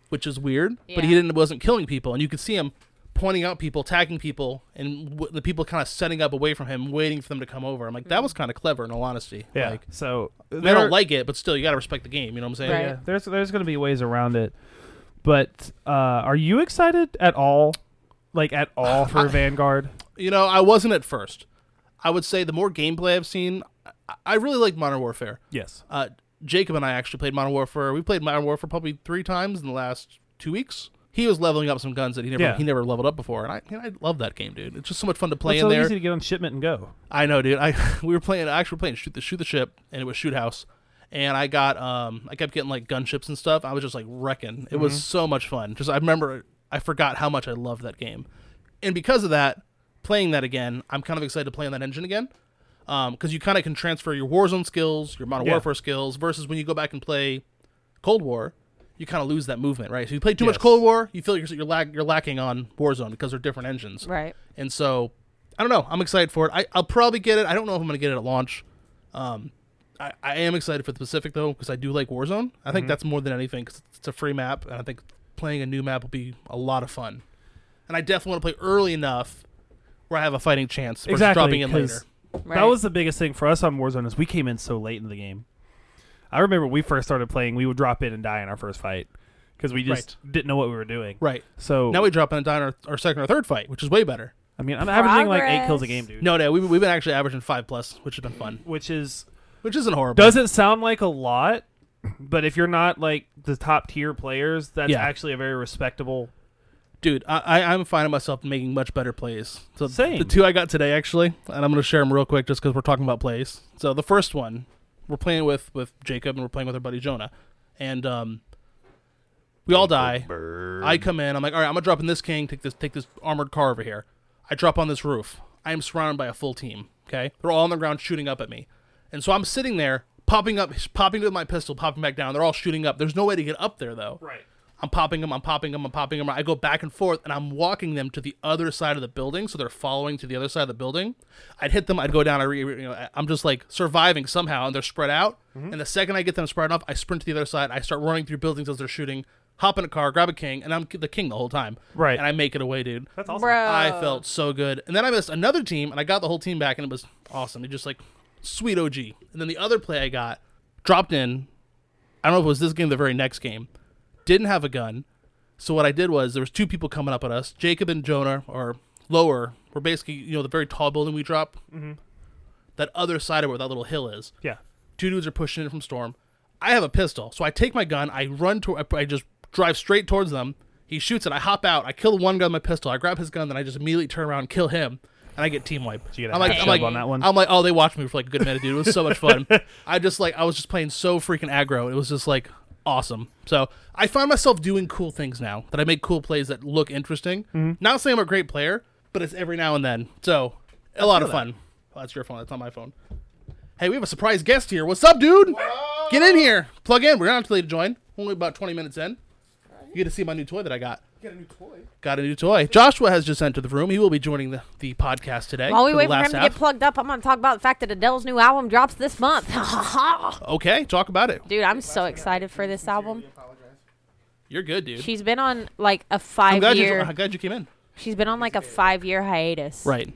S3: which is weird. But he
S4: Yeah.
S3: didn't wasn't killing people, and you could see him pointing out people, tagging people, and w- the people kind of setting up away from him, waiting for them to come over. I'm like, that
S4: Mm.
S3: was kind of clever, in all honesty.
S2: yeah.
S3: Like,
S2: so
S3: they don't like it, but still, you gotta respect the game. You know what I'm saying?
S4: Right.
S2: Yeah, there's there's going to be ways around it. But uh, are you excited at all? Like at all for Vanguard?
S3: You know, I wasn't at first. I would say the more gameplay I've seen, I, I really like Modern Warfare.
S2: Yes.
S3: Uh, Jacob and I actually played Modern Warfare. We played Modern Warfare probably three times in the last two weeks. He was leveling up some guns that he never
S2: Yeah.
S3: he never leveled up before, and I and I love that game, dude. It's just so much fun to play
S2: It's
S3: in
S2: so
S3: there.
S2: easy to get on shipment and go.
S3: I know, dude. I we were playing. I actually were playing shoot the shoot the ship, and it was shoot house. And I got um, I kept getting like gunships and stuff. I was just like wrecking. It
S2: Mm-hmm.
S3: was so much fun. Just I remember I forgot how much I loved that game, and because of that, playing that again, I'm kind of excited to play on that engine again. Um, because you kind of can transfer your Warzone skills, your Modern
S2: Yeah.
S3: Warfare skills, versus when you go back and play Cold War, you kind of lose that movement, right? So you play too
S2: Yes.
S3: much Cold War, you feel you're you're, lack, you're lacking on Warzone because they're different engines.
S4: right.
S3: And so, I don't know. I'm excited for it. I, I'll probably get it. I don't know if I'm going to get it at launch. Um, I, I am excited for the Pacific though because I do like Warzone. I
S2: Mhm.
S3: think that's more than anything because it's a free map, and I think playing a new map will be a lot of fun. And I definitely want to play early enough where I have a fighting chance versus
S2: Exactly,
S3: dropping in
S2: 'cause
S3: later.
S4: Right.
S2: That was the biggest thing for us on Warzone is we came in so late in the game. I remember when we first started playing, we would drop in and die in our first fight because we just didn't know what we were doing.
S3: Right.
S2: So
S3: Now we drop in and die in our, our second or third fight, which is way better.
S2: I mean, I'm averaging like eight
S4: Progress.
S2: kills a game, dude.
S3: No, no, we've, we've been actually averaging five plus, which has been fun,
S2: Which is
S3: which isn't horrible.
S2: doesn't sound like a lot, but if you're not like the top tier players, that's
S3: Yeah.
S2: actually a very respectable.
S3: dude I, I i'm finding myself making much better plays so
S2: Same.
S3: the two i got today actually and i'm going to share them real quick just because we're talking about plays so the first one we're playing with with jacob and we're playing with our buddy jonah and um we all die i come in i'm like all right i'm gonna drop in this king take this take this armored car over here i drop on this roof i am surrounded by a full team okay they're all on the ground shooting up at me and so i'm sitting there popping up popping with my pistol popping back down they're all shooting up there's no way to get up there though I'm popping them, I'm popping them, I'm popping them. I go back and forth and I'm walking them to the other side of the building. So they're following to the other side of the building. I'd hit them, I'd go down, I re, re- you know, I- I'm just like surviving
S2: Mm-hmm.
S3: somehow and they're spread out. And the second I get them spread off, I sprint to the other side. I start running through buildings as they're shooting. hop in a car, grab a king, and I'm k- the king the whole time.
S2: Right.
S3: And I make it away, dude.
S2: That's awesome.
S4: Bro.
S3: I felt so good. And then I missed another team, and I got the whole team back, and it was awesome. It just like sweet OG. And then the other play I got dropped in. I don't know if it was this game, or the very next game. Didn't have a gun, so what I did was there was two people coming up at us. Jacob and Jonah, or lower, were basically you know the very tall building we drop. That other side of where that little hill is
S2: Yeah.
S3: two dudes are pushing in from storm i have a pistol so i take my gun i run to i, I just drive straight towards them he shoots it i hop out i kill the one guy with my pistol i grab his gun then i just immediately turn around and kill him and i get team wipe
S2: you get a
S3: i'm like
S2: half
S3: i'm
S2: shove
S3: like
S2: on that one?
S3: i'm like oh they watched me for like a good minute dude it was so much fun i just like i was just playing so freaking aggro it was just like awesome so i find myself doing cool things now that i make cool plays that look interesting
S2: Mm-hmm.
S3: not saying i'm a great player but it's every now and then so a lot of fun oh, that's your phone that's not my phone Hey, we have a surprise guest here. What's up, dude? Get in here. Plug in. We're not too late to join. Only about 20 minutes in. You get to see my new toy that I got. Got a new toy. Got a new toy. Joshua has just entered the room. He will be joining the, the podcast today.
S4: While we
S3: the
S4: wait for him
S3: last
S4: to
S3: half.
S4: get plugged up, I'm going to talk about the fact that Adele's new album drops this month.
S3: okay, talk about it.
S4: Dude, I'm so excited for this album.
S3: You're good, dude.
S4: She's been on like a
S3: I'm glad,
S4: five
S3: you, I'm
S4: year.
S3: glad you came in.
S4: She's been on like a five year hiatus.
S3: Right.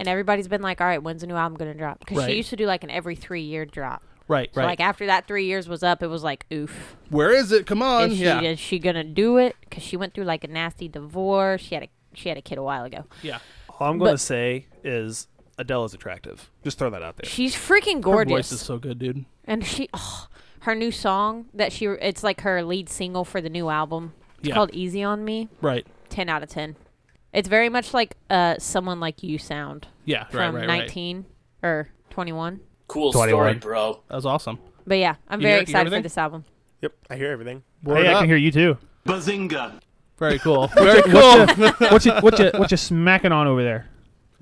S4: And everybody's been like, all right, when's the new album going to drop? Because
S3: Right.
S4: she used to do like an every three year drop.
S3: Right,
S4: So
S3: right.
S4: like after that three years was up, it was like, oof.
S3: Where is it? Come on.
S4: Is she,
S3: yeah.
S4: is she gonna do it? Because she went through like a nasty divorce. She had a she had a kid a while ago.
S3: Yeah.
S2: All I'm going to
S4: But-
S2: say is Adele is attractive. Just throw that out there.
S4: She's freaking
S3: Her
S4: gorgeous.
S3: voice is so good, dude.
S4: and she oh, her new song that she it's like her lead single for the new album it's
S3: Yeah.
S4: called easy on me
S3: Right.
S4: 10 out of 10 it's very much like uh someone like you sound
S3: Yeah.
S4: from
S3: right, right, right.
S4: 19 or 21
S7: Cool
S2: 21.
S7: story, bro.
S3: That was awesome.
S4: but yeah i'm
S3: You hear-
S4: very
S3: you hear
S4: excited for
S3: everything?
S4: this album
S8: Yep, I hear everything.
S3: Word
S2: hey, I
S3: up.
S2: can hear you too.
S7: Bazinga.
S3: Very cool. Very cool.
S2: What you what you what you smacking on over there?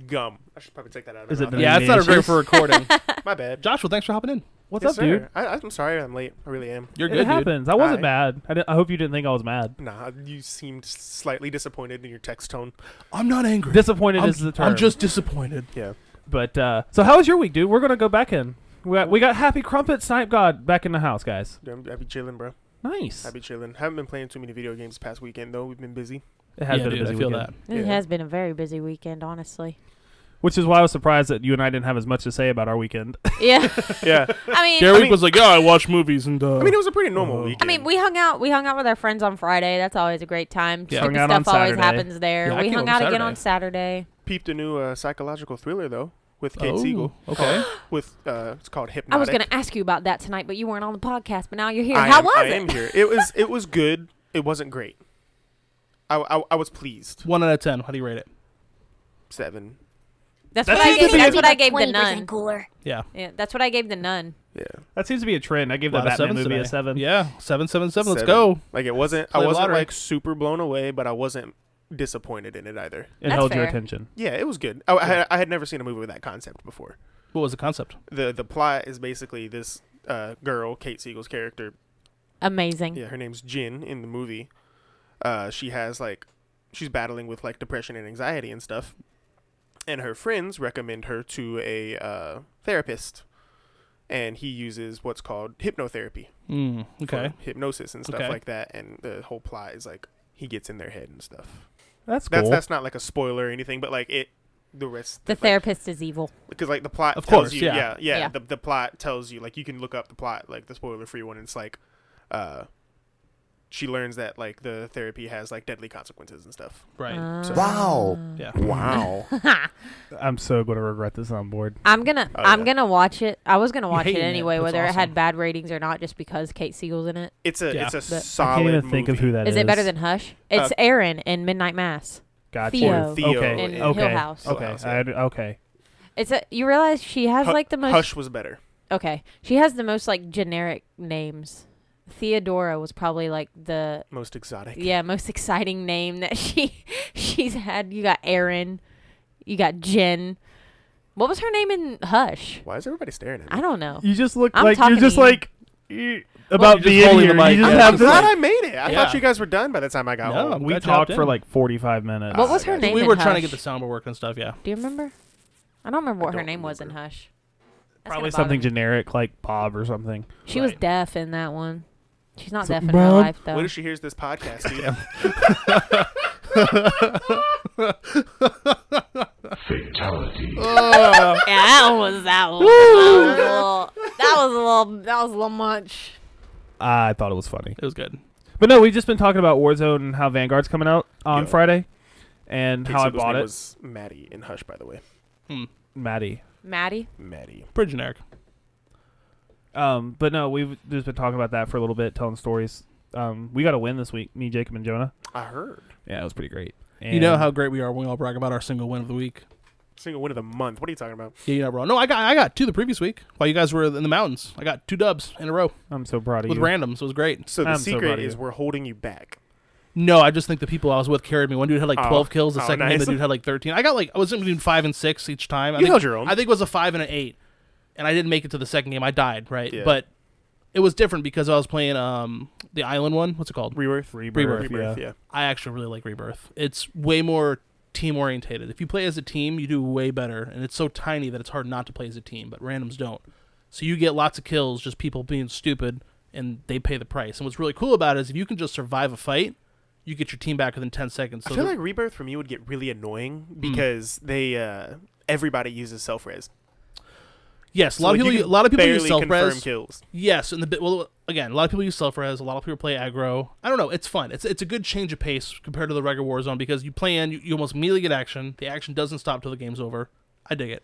S8: Gum. I should probably take that out. Of my
S2: Is it
S8: mouth.
S2: the-
S3: yeah, it's not a great for recording.
S8: My bad.
S3: Joshua, thanks for hopping in.
S2: What's
S8: Yes,
S2: up,
S8: sir.
S2: dude?
S8: I, I'm sorry, I'm late. I really am.
S3: You're
S2: it
S3: good, dude.
S2: happens. I wasn't
S8: Hi.
S2: bad. I, di- I hope you didn't think I was mad.
S8: Nah, you seemed slightly disappointed in your text tone.
S3: I'm not angry.
S2: Disappointed
S3: I'm,
S2: is the term.
S3: I'm just disappointed.
S8: Yeah.
S2: But uh, so, how was your week, dude? We're gonna go back in. We got, we got Happy Crumpet Snipe God back in the house, guys.
S8: I'm- I be chilling, bro.
S2: Nice.
S8: I be chilling. Haven't been playing too many video games past weekend though. We've been busy.
S2: It has
S3: yeah,
S2: been
S3: dude,
S2: a busy
S3: I feel
S2: weekend.
S3: that.
S4: it
S8: Yeah.
S4: has been a very busy weekend honestly
S2: Which is why I was surprised that you and I didn't have as much to say about our weekend.
S4: yeah
S8: Yeah.
S4: i mean
S3: Derek
S8: I mean-
S3: was like, "Yeah, I watch movies and." Uh,
S8: I mean, it was a pretty
S2: Uh-huh.
S8: normal weekend.
S4: I mean, we hung out. We hung out with our friends on Friday. That's always a great time.
S3: Yeah.
S4: Stupid
S2: Hung out on
S4: stuff always
S2: Saturday.
S4: happens there.
S3: Yeah, I
S4: we
S3: came
S4: hung
S3: home
S4: out again
S3: Saturday.
S4: on Saturday.
S8: peeped a new uh, psychological thriller though with Kate
S3: oh,
S8: Siegel.
S3: okay.
S8: With uh, it's called Hypnotic.
S4: I was going to ask you about that tonight, but you weren't on the podcast. But now you're here.
S8: I
S4: How
S8: am,
S4: was
S8: I
S4: it?
S8: am here. It was it was good. It wasn't great. I, I, I was pleased.
S3: One out of ten. How do you rate it?
S8: Seven.
S4: That's,
S2: That
S4: what I
S2: seems to
S4: gave.
S2: be
S4: That's
S2: a-
S4: what I gave the
S5: 20%
S4: nun.
S5: cooler.
S3: Yeah.
S4: Yeah, that's what I gave the nun.
S8: Yeah.
S2: That seems to be a trend. I give the
S3: Lot of
S2: Batman
S3: sevens
S2: movie a
S3: today.
S2: seven.
S3: Yeah, seven, seven, seven. Let's
S8: Seven.
S3: go.
S8: Like it wasn't.
S3: Play
S8: I wasn't
S3: lottery.
S8: like super blown away, but I wasn't disappointed in it either.
S2: It
S4: That's
S2: held your
S4: fair.
S2: attention.
S8: Yeah, it was good. I, I, had, I had never seen a movie with that concept before.
S3: What was the concept?
S8: the The plot is basically this uh, girl, Kate Siegel's character.
S3: Mm-hmm.
S4: Amazing.
S8: Yeah, her name's Jin in the movie. Uh, she has like, she's battling with like depression and anxiety and stuff, and her friends recommend her to a uh, therapist, and he uses what's called hypnotherapy
S3: Mm,
S8: for
S3: okay.
S8: hypnosis and stuff
S3: Okay.
S8: like that. And the whole plot is like he gets in their head and stuff.
S2: That's cool.
S8: that's that's not like a spoiler or anything, but like it, the rest,
S4: The
S8: like,
S4: therapist is evil.
S8: because like the plot
S3: Of
S8: tells
S3: course,
S8: you,
S3: yeah.
S8: yeah, yeah,
S4: Yeah.
S8: The, the plot tells you like you can look up the plot like the spoiler free one. And it's like, uh, she learns that like the therapy has like deadly consequences and stuff.
S4: Uh,
S3: Right.
S9: Wow.
S3: yeah.
S8: Wow.
S2: I'm so gonna regret this on board.
S4: I'm gonna.
S8: Oh,
S4: I'm
S8: yeah.
S4: gonna watch it. I was gonna watch it
S3: hating it,
S4: anyway,
S3: that's
S4: whether it
S3: awesome.
S4: had bad ratings or not, just because Kate Siegel's in it.
S8: it's a
S3: Yeah.
S8: it's a
S4: But-
S2: I
S8: solid
S2: can't even think of
S8: movie.
S2: who that is.
S4: Is it better than Hush? It's
S8: Oh.
S4: Aaron in Midnight Mass.
S2: Gotcha.
S4: Theo.
S8: Theo
S2: Okay.
S8: in
S2: okay.
S4: Hill House.
S2: Okay.
S8: Hill House,
S2: I- okay.
S4: It's a. You realize she has
S8: Hu-
S4: like the most.
S8: Hush was better.
S4: Okay, she has the most like generic names. Theodora was probably like the
S8: Most exotic.
S4: yeah most exciting name that she she's had. You got Aaron, you got Jen. What was her name in Hush?
S8: Why is everybody staring at me?
S4: I don't know.
S2: You just look
S4: I'm
S2: like you're
S4: talking
S2: just
S4: to you.
S2: like eh, about
S3: you're just
S2: being
S3: holding
S2: here.
S3: the mic.
S2: You just
S3: I'm
S2: have
S8: I'm
S2: this,
S8: glad
S2: like-
S8: I made it. I
S3: Yeah.
S8: thought you guys were done by the time I got
S3: No,
S8: home.
S2: we
S3: Glad you
S2: talked
S3: hopped
S2: for
S3: in.
S2: like 45 minutes.
S4: What was
S8: I
S4: her
S8: got
S4: name?
S3: We
S4: in
S3: were trying to get
S4: Hush?
S3: the soundboard work and stuff. Yeah.
S4: Do you remember? I don't remember what her
S8: don't
S4: name was in
S8: remember.
S4: Hush.
S2: Probably
S4: That's gonna bother
S2: something
S4: me.
S2: generic like Bob or something.
S4: She was
S3: Right.
S4: deaf in that one. She's not
S3: So,
S4: deaf in real
S3: Mom,
S4: life, though.
S8: What if she hears this podcast? Dude?
S4: yeah, that was that was, that was a little that was a little that was a little much.
S2: I thought it was funny.
S3: It was good.
S2: But no, we've just been talking about Warzone and how Vanguard's coming out on
S8: Yeah.
S2: Friday, and how I
S8: Pixelbo's
S2: bought
S8: name
S2: it.
S8: was Maddie in Hush, by the way.
S2: Maddie.
S4: Maddie,
S8: Maddie.
S3: Pretty generic.
S2: Um, but no, we've just been talking about that for a little bit, telling stories. Um, we got a win this week. Me, Jacob, and Jonah.
S8: I heard.
S2: Yeah, it was pretty great.
S3: you know
S2: And-
S3: how great we are when we all brag about our single win of the week.
S8: Single win of the month. What are you talking about?
S3: Yeah, you're not wrong. No, I got I got two the previous week while you guys were in the mountains. I got two dubs in a row
S2: I'm so proud of
S3: with
S2: you.
S3: randoms. It was great.
S8: So the
S2: I'm so proud
S8: secret
S2: of
S8: is
S2: you.
S8: we're holding you back.
S3: No, I just think the people I was with carried me. One dude had like
S8: Oh.
S3: 12 kills. The
S8: Oh,
S3: second game,
S8: nice.
S3: the dude had like 13. I got like I was in between five and six each time. I
S8: You
S3: think,
S8: held your own.
S3: I think it was a five and an eight, and I didn't make it to the second game. I died right,
S8: Yeah.
S3: but it was different because I was playing um the island one. What's it called?
S8: Rebirth.
S2: Rebirth,
S8: Rebirth. Yeah.
S3: I actually really like Rebirth. It's way more team orientated. If you play as a team, you do way better, and it's so tiny that it's hard not to play as a team, but randoms don't. So you get lots of kills, just people being stupid, and they pay the price. And what's really cool about it is if you can just survive a fight, you get your team back within 10 seconds. So
S8: I feel
S3: the-
S8: like Rebirth for me would get really annoying because they uh, everybody uses self res.
S3: yes, a lot, of people, a lot of people use self res.
S8: kills.
S3: Yes, and the bit well again, a lot of people use self res, a lot of people play aggro. I don't know, it's fun. It's it's a good change of pace compared to the regular Warzone because you plan, you, you almost immediately get action. The action doesn't stop till the game's over. I dig it.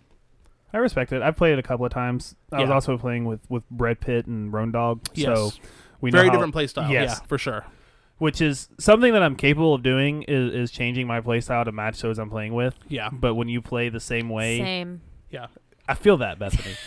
S2: I respect it. I played it a couple of times. I was
S3: Yeah.
S2: also playing with with Brad Pitt and Roan Dog.
S3: Yes.
S2: So we know
S3: Very
S2: how-
S3: different play style.
S2: Yes.
S3: Yeah, for sure.
S2: which is something that I'm capable of doing is, is changing my playstyle to match those I'm playing with.
S3: Yeah.
S2: But when you play the same way,
S4: same.
S3: Yeah.
S2: I feel that Bethany.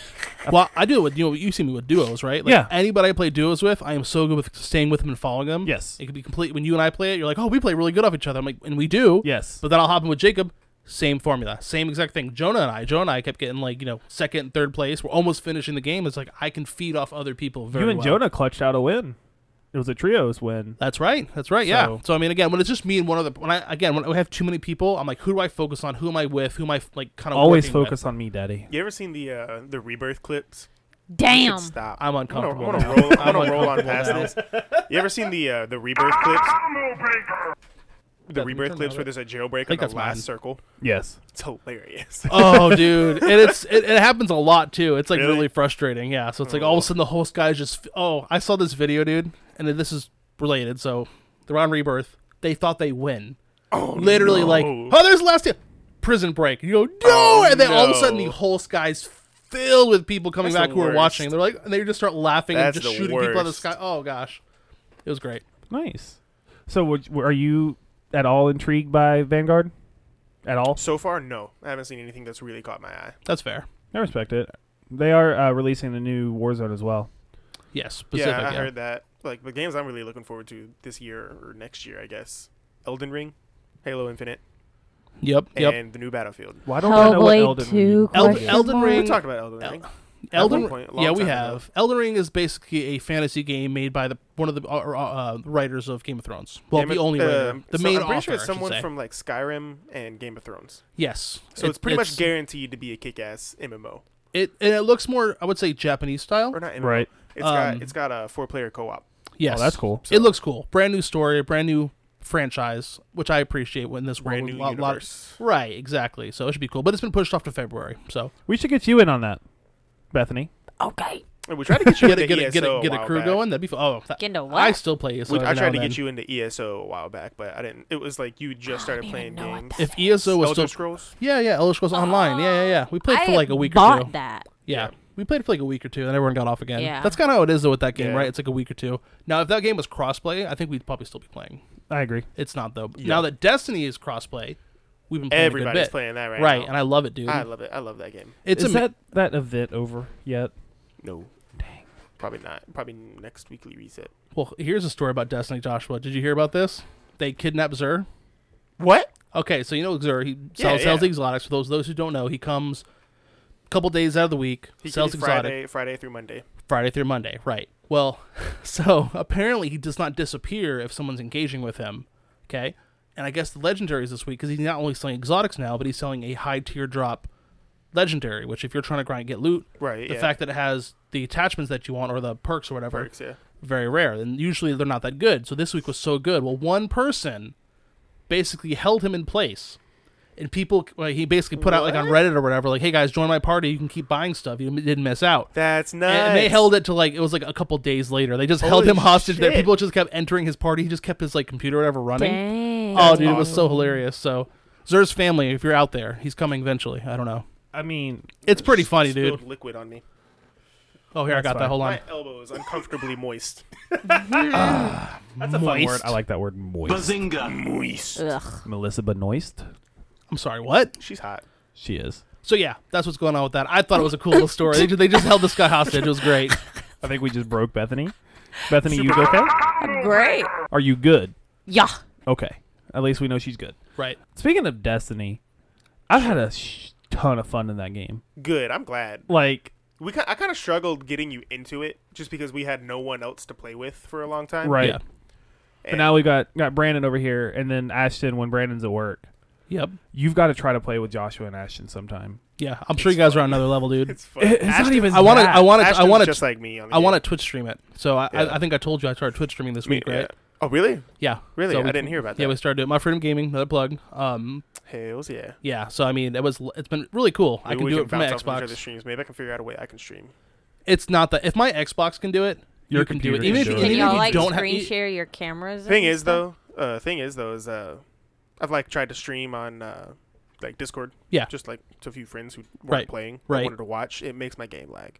S3: Well, I do it with you know you see me with duos, right? Like
S2: Yeah.
S3: anybody I play duos with, I am so good with staying with them and following them.
S2: Yes.
S3: It could be complete when you and I play it, you're like, Oh, we play really good off each other. I'm like, and we do.
S2: yes.
S3: But then I'll hop in with Jacob, same formula, same exact thing. Jonah and I, Jonah and I kept getting like, you know, second and third place. We're almost finishing the game. It's like I can feed off other people very
S2: you and
S3: well.
S2: Jonah clutched out a win. It was a trios win.
S3: That's right. That's right. Yeah. So,
S2: So-
S3: I mean, again, when it's just me and one other, when I again when I have too many people, I'm like, who do I focus on? Who am I with? Who am I like kind of
S2: Always focus on me, Daddy.
S8: You ever seen the uh, the Rebirth clips?
S4: Damn.
S8: Stop.
S3: I'm
S8: I'm gonna, I'm
S3: uncomfortable.
S8: gonna
S3: now.
S8: roll. I'm gonna
S3: I'm
S8: roll on past
S3: uncomfortable
S8: this. You ever seen the uh, the Rebirth clips? The
S3: me
S8: Rebirth
S3: turn
S8: clips
S3: that
S8: where
S3: up.
S8: there's a jailbreak on
S3: think
S8: the
S3: that's
S8: last
S3: mine.
S8: circle.
S2: Yes.
S8: It's hilarious.
S3: oh dude and it's it, it happens a lot too it's like really,
S8: Really? Oh.
S3: frustrating yeah so it's like all of a sudden the whole sky is just oh i saw this video dude and this is related so they're on rebirth they thought they win oh literally like oh there's the last hit. prison break you go no and then all of a sudden the
S8: Oh, no.
S3: whole sky's filled with people coming
S8: That's
S3: back
S8: the
S3: who are
S8: worst.
S3: watching they're like and they just start laughing
S8: That's
S3: and just
S8: the
S3: shooting people out of the
S8: worst.
S3: sky oh gosh it was great
S2: Nice. So would- are you at all intrigued by Vanguard? At all?
S8: So far, no. I haven't seen anything that's really caught my eye.
S3: that's fair
S2: I respect it. They are uh, releasing the new Warzone as well.
S3: yes specific
S8: yeah,
S3: yeah,
S8: I heard that. Like the games I'm really looking forward to this year or next year, I guess. Elden Ring, Halo Infinite,
S3: yep yep
S8: and the new Battlefield.
S2: Why don't I know what
S4: Hellboy
S2: Elden Ring
S4: two.
S2: is?
S3: Elden-
S4: question
S3: Elden
S4: mark.
S3: Ring-
S8: We talked about Elden Ring.
S3: Elden,
S8: one point, a long
S3: yeah, we
S8: time ago.
S3: have. Elden Ring is basically a fantasy game made by the one of the uh, uh, writers of Game of Thrones. Well,
S8: Game
S3: the
S8: of-
S3: only writer,
S8: um,
S3: the
S8: so
S3: main
S8: I'm pretty
S3: author.
S8: sure it's
S3: I should
S8: someone
S3: say.
S8: from like Skyrim and Game of Thrones.
S3: yes.
S8: So
S3: It-
S8: it's pretty much guaranteed to be a kick-ass MMO,
S3: It and it looks more, I would say, Japanese style.
S8: or not MMO.
S2: Right.
S8: It's
S3: Um,
S8: got it's got a four-player co-op.
S3: Yes,
S2: Oh, that's cool.
S3: It looks cool. Brand new story, brand new franchise, which I appreciate when this
S8: Brand
S3: world
S8: new
S3: lot, lot-
S8: universe.
S3: right, exactly. So it should be cool, but it's been pushed off to February. So
S2: We should get you in on that, Bethany.
S4: Okay.
S8: And we tried to get you
S3: get a,
S8: into E
S3: get a, get
S8: ESO
S3: a, get a
S8: while
S3: crew
S8: back.
S3: going. That'd be fun. Oh, that,
S4: Get into what?
S3: I still play. ESO
S8: We, I
S3: every now
S8: tried to
S3: and
S8: get
S3: then.
S8: you into ESO a while back, but I didn't. It was like you just started playing
S4: even know what
S8: games.
S3: If
S4: that
S3: ESO was
S8: Elder
S3: still,
S8: Scrolls.
S3: yeah, yeah, Elder Scrolls Online, yeah, yeah, yeah. We played for
S4: I
S3: like a week
S4: bought
S3: or two.
S4: that.
S3: Yeah.
S8: Yeah.
S3: We played it for like a week or two, and everyone got off again.
S4: Yeah.
S3: That's kind of how it is though with that game,
S8: Yeah.
S3: right? It's like a week or two. Now, if that game was crossplay, I think we'd probably still be playing.
S2: I agree.
S3: It's not though. Now that Destiny is crossplay, we've been playing a good
S8: Everybody's
S3: bit.
S8: playing that right
S3: right?
S8: now.
S3: And I love it, dude.
S8: I love it. I love that game.
S3: it's
S2: is
S3: ama-
S2: that that event over yet?
S8: No. Dang. Probably not. Probably next weekly reset.
S3: well. Here's a story about Destiny, Joshua. Did you hear about this? They kidnapped Xur.
S8: What?
S3: Okay, so you know Xur, he
S8: Yeah,
S3: sells, sells
S8: yeah.
S3: exotics. For those those who don't know, he comes a couple days out of the week,
S8: He
S3: sells
S8: can do
S3: exotic.
S8: Friday, Friday through Monday.
S3: Friday through Monday, right? Well, so apparently he does not disappear if someone's engaging with him. Okay, and I guess the legendaries this week because he's not only selling exotics now, but he's selling a high tier drop legendary, which if you're trying to grind get loot,
S8: Right,
S3: The
S8: yeah.
S3: fact that it has the attachments that you want or the perks or whatever,
S8: Perks, yeah.
S3: very rare, and usually they're not that good. So this week was so good. Well, one person basically held him in place, and people well, he basically put out like on Reddit or whatever, like, "Hey guys, join my party. You can keep buying stuff. You didn't miss out."
S8: That's nice.
S3: And they held it to like it was like a couple days later. They just held
S8: Holy
S3: him hostage. There,
S8: shit.
S3: people just kept entering his party. He just kept his like computer or whatever running.
S4: Dang.
S3: Oh, dude, it was so hilarious. So, Zer's family, if you're out there, he's coming eventually. I don't know.
S2: I mean,
S3: It's pretty funny,
S8: Spilled
S3: dude.
S8: liquid on me.
S3: Oh, here I got
S2: fine.
S3: that. Hold on.
S8: My elbow is uncomfortably moist.
S2: that's a fun word.
S3: Moist.
S2: I like that word moist.
S4: Ugh.
S2: Melissa Benoist.
S3: I'm sorry. What?
S8: She's hot.
S2: She is.
S3: So yeah, that's what's going on with that. I thought it was a cool little story. They, ju- they just held this guy hostage. It was great.
S2: I think we just broke Bethany. Bethany, you okay?
S4: I'm great.
S2: Are you good?
S4: Yeah.
S2: Okay. At least we know she's good.
S3: Right.
S2: Speaking of Destiny, I've had a sh- ton of fun in that game.
S8: Good. I'm glad.
S2: Like,
S8: We ki- I kind of struggled getting you into it just because we had no one else to play with for a long time.
S2: right.
S3: Yeah.
S2: But now we got got Brandon over here, and then Ashton when Brandon's at work.
S3: Yep.
S2: You've got to try to play with Joshua and Ashton sometime.
S3: Yeah. I'm sure you guys are on another level, dude.
S8: It's fun. Ashton-
S3: I want to.
S2: that.
S3: I want to. I
S8: Ashton's
S3: want
S8: just
S3: to.
S8: like me. On the
S3: I want
S8: game.
S3: to Twitch stream it. So I,
S8: Yeah.
S3: I, I think I told you I started Twitch streaming this
S8: Me-
S3: week, right?
S8: yeah. Oh really?
S3: Yeah.
S8: Really?
S3: So
S8: I didn't hear about
S3: Yeah,
S8: that.
S3: we started doing my freedom gaming. Another plug. Um.
S8: Hells yeah.
S3: Yeah. So I mean, it was. It's been really cool. I
S8: Maybe
S3: can
S8: we
S3: do it from my
S8: bounce off of each other's
S3: Xbox.
S8: streams. Maybe I can figure out a way I can stream.
S3: It's not that if my Xbox can do it,
S2: Your
S3: you can do it.
S2: computer
S3: Even if,
S2: can
S3: you-
S2: do
S3: even
S4: Can
S2: it.
S3: if
S4: y'all
S3: you
S4: like
S3: don't e,
S4: screen
S3: have.
S4: share your cameras?
S8: thing
S4: and
S8: is
S4: stuff?
S8: though uh thing is though is uh i've like tried to stream on uh like discord
S3: Yeah.
S8: just like to a few friends who weren't
S3: Right,
S8: playing
S3: right.
S8: I wanted to watch it makes my game lag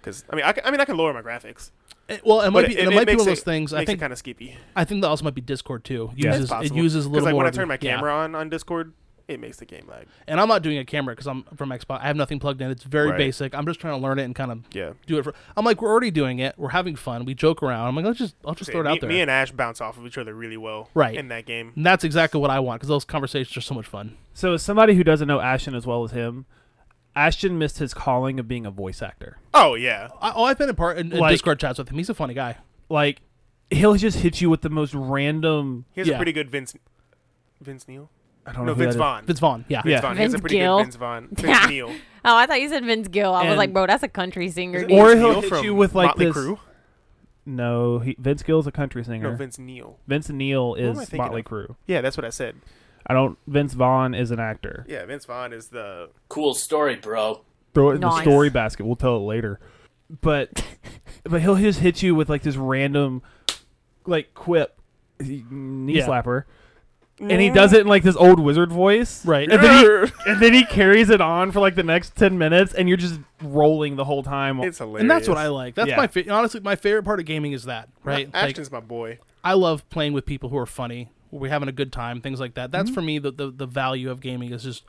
S8: because i mean I, can, I mean i can lower my graphics
S3: It, eh, well, it
S8: but
S3: might be. It, might be
S8: makes
S3: one of those
S8: it-
S3: things. I
S8: makes
S3: think.
S8: it kind of skippy
S3: I think that also might be Discord too.
S2: Yeah.
S3: Uses, it
S8: possible.
S3: uses a little
S8: like
S3: more.
S8: when i
S3: of
S8: turn
S3: the-
S8: my
S3: yeah.
S8: camera on on discord it makes the game lag
S3: and I'm not doing a camera because I'm from Xbox. I have nothing plugged in. It's very
S8: Right.
S3: basic. I'm just trying to learn it and kind of
S8: yeah
S3: do it for. I'm like, we're already doing it. We're having fun. We joke around. I'm like, let's just, I'll just throw it
S8: me,
S3: out there.
S8: me
S3: and,
S8: and ash bounce off of each other really well
S3: Right.
S8: in that game
S3: that's exactly what I want because those conversations are so much fun.
S2: So, as somebody who doesn't know Ashton as well as him, Ashton missed his calling of being a voice actor.
S8: oh yeah
S3: I, oh, I've been in part in, in
S2: Like-
S3: Discord chats with him. He's a funny guy.
S2: Like, he'll just hit you with the most random.
S8: he has
S3: Yeah.
S8: a pretty good vince vince neil
S2: I don't know.
S8: no
S2: who
S8: vince
S2: that is.
S8: vaughn
S3: Vince Vaughn. Yeah.
S8: Vince
S2: Yeah.
S8: Vaughn. He has a
S4: Vince
S8: pretty
S4: Gill.
S8: good Vince Vaughn. Vince Neil.
S4: Oh, I thought you said Vince Gill. I was
S2: And-
S4: like, bro, that's a country singer.
S8: Isn't
S4: dude.
S2: Or
S8: Vince
S2: he'll
S8: Neil
S2: hit
S8: from
S2: you with, like,
S8: Motley
S2: this-
S8: Crue?
S2: No, he, Vince Gill's a country singer.
S8: No, Vince Neil.
S2: Vince Neil
S8: am I
S2: is
S8: thinking
S2: Motley
S8: of?
S2: Crue.
S8: Yeah, that's what I said.
S2: I don't. Vince Vaughn is an actor.
S8: Yeah, Vince Vaughn is the
S7: Cool story, bro.
S2: Throw it in the
S4: Nice.
S2: story basket. We'll tell it later. But but he'll just hit you with like this random like quip knee
S3: Yeah.
S2: slapper. And he does it in like this old wizard voice.
S3: Right.
S2: And then, he, and then he carries it on for like the next 10 minutes and you're just rolling the whole time.
S8: It's hilarious.
S3: And that's what I like. That's
S2: Yeah.
S3: my fa- honestly my favorite part of gaming is that right. Like,
S8: Ashton's my boy.
S3: I love playing with people who are funny. We're having a good time, things like that.
S8: Mm-hmm.
S3: That's for me the, the the value of gaming is just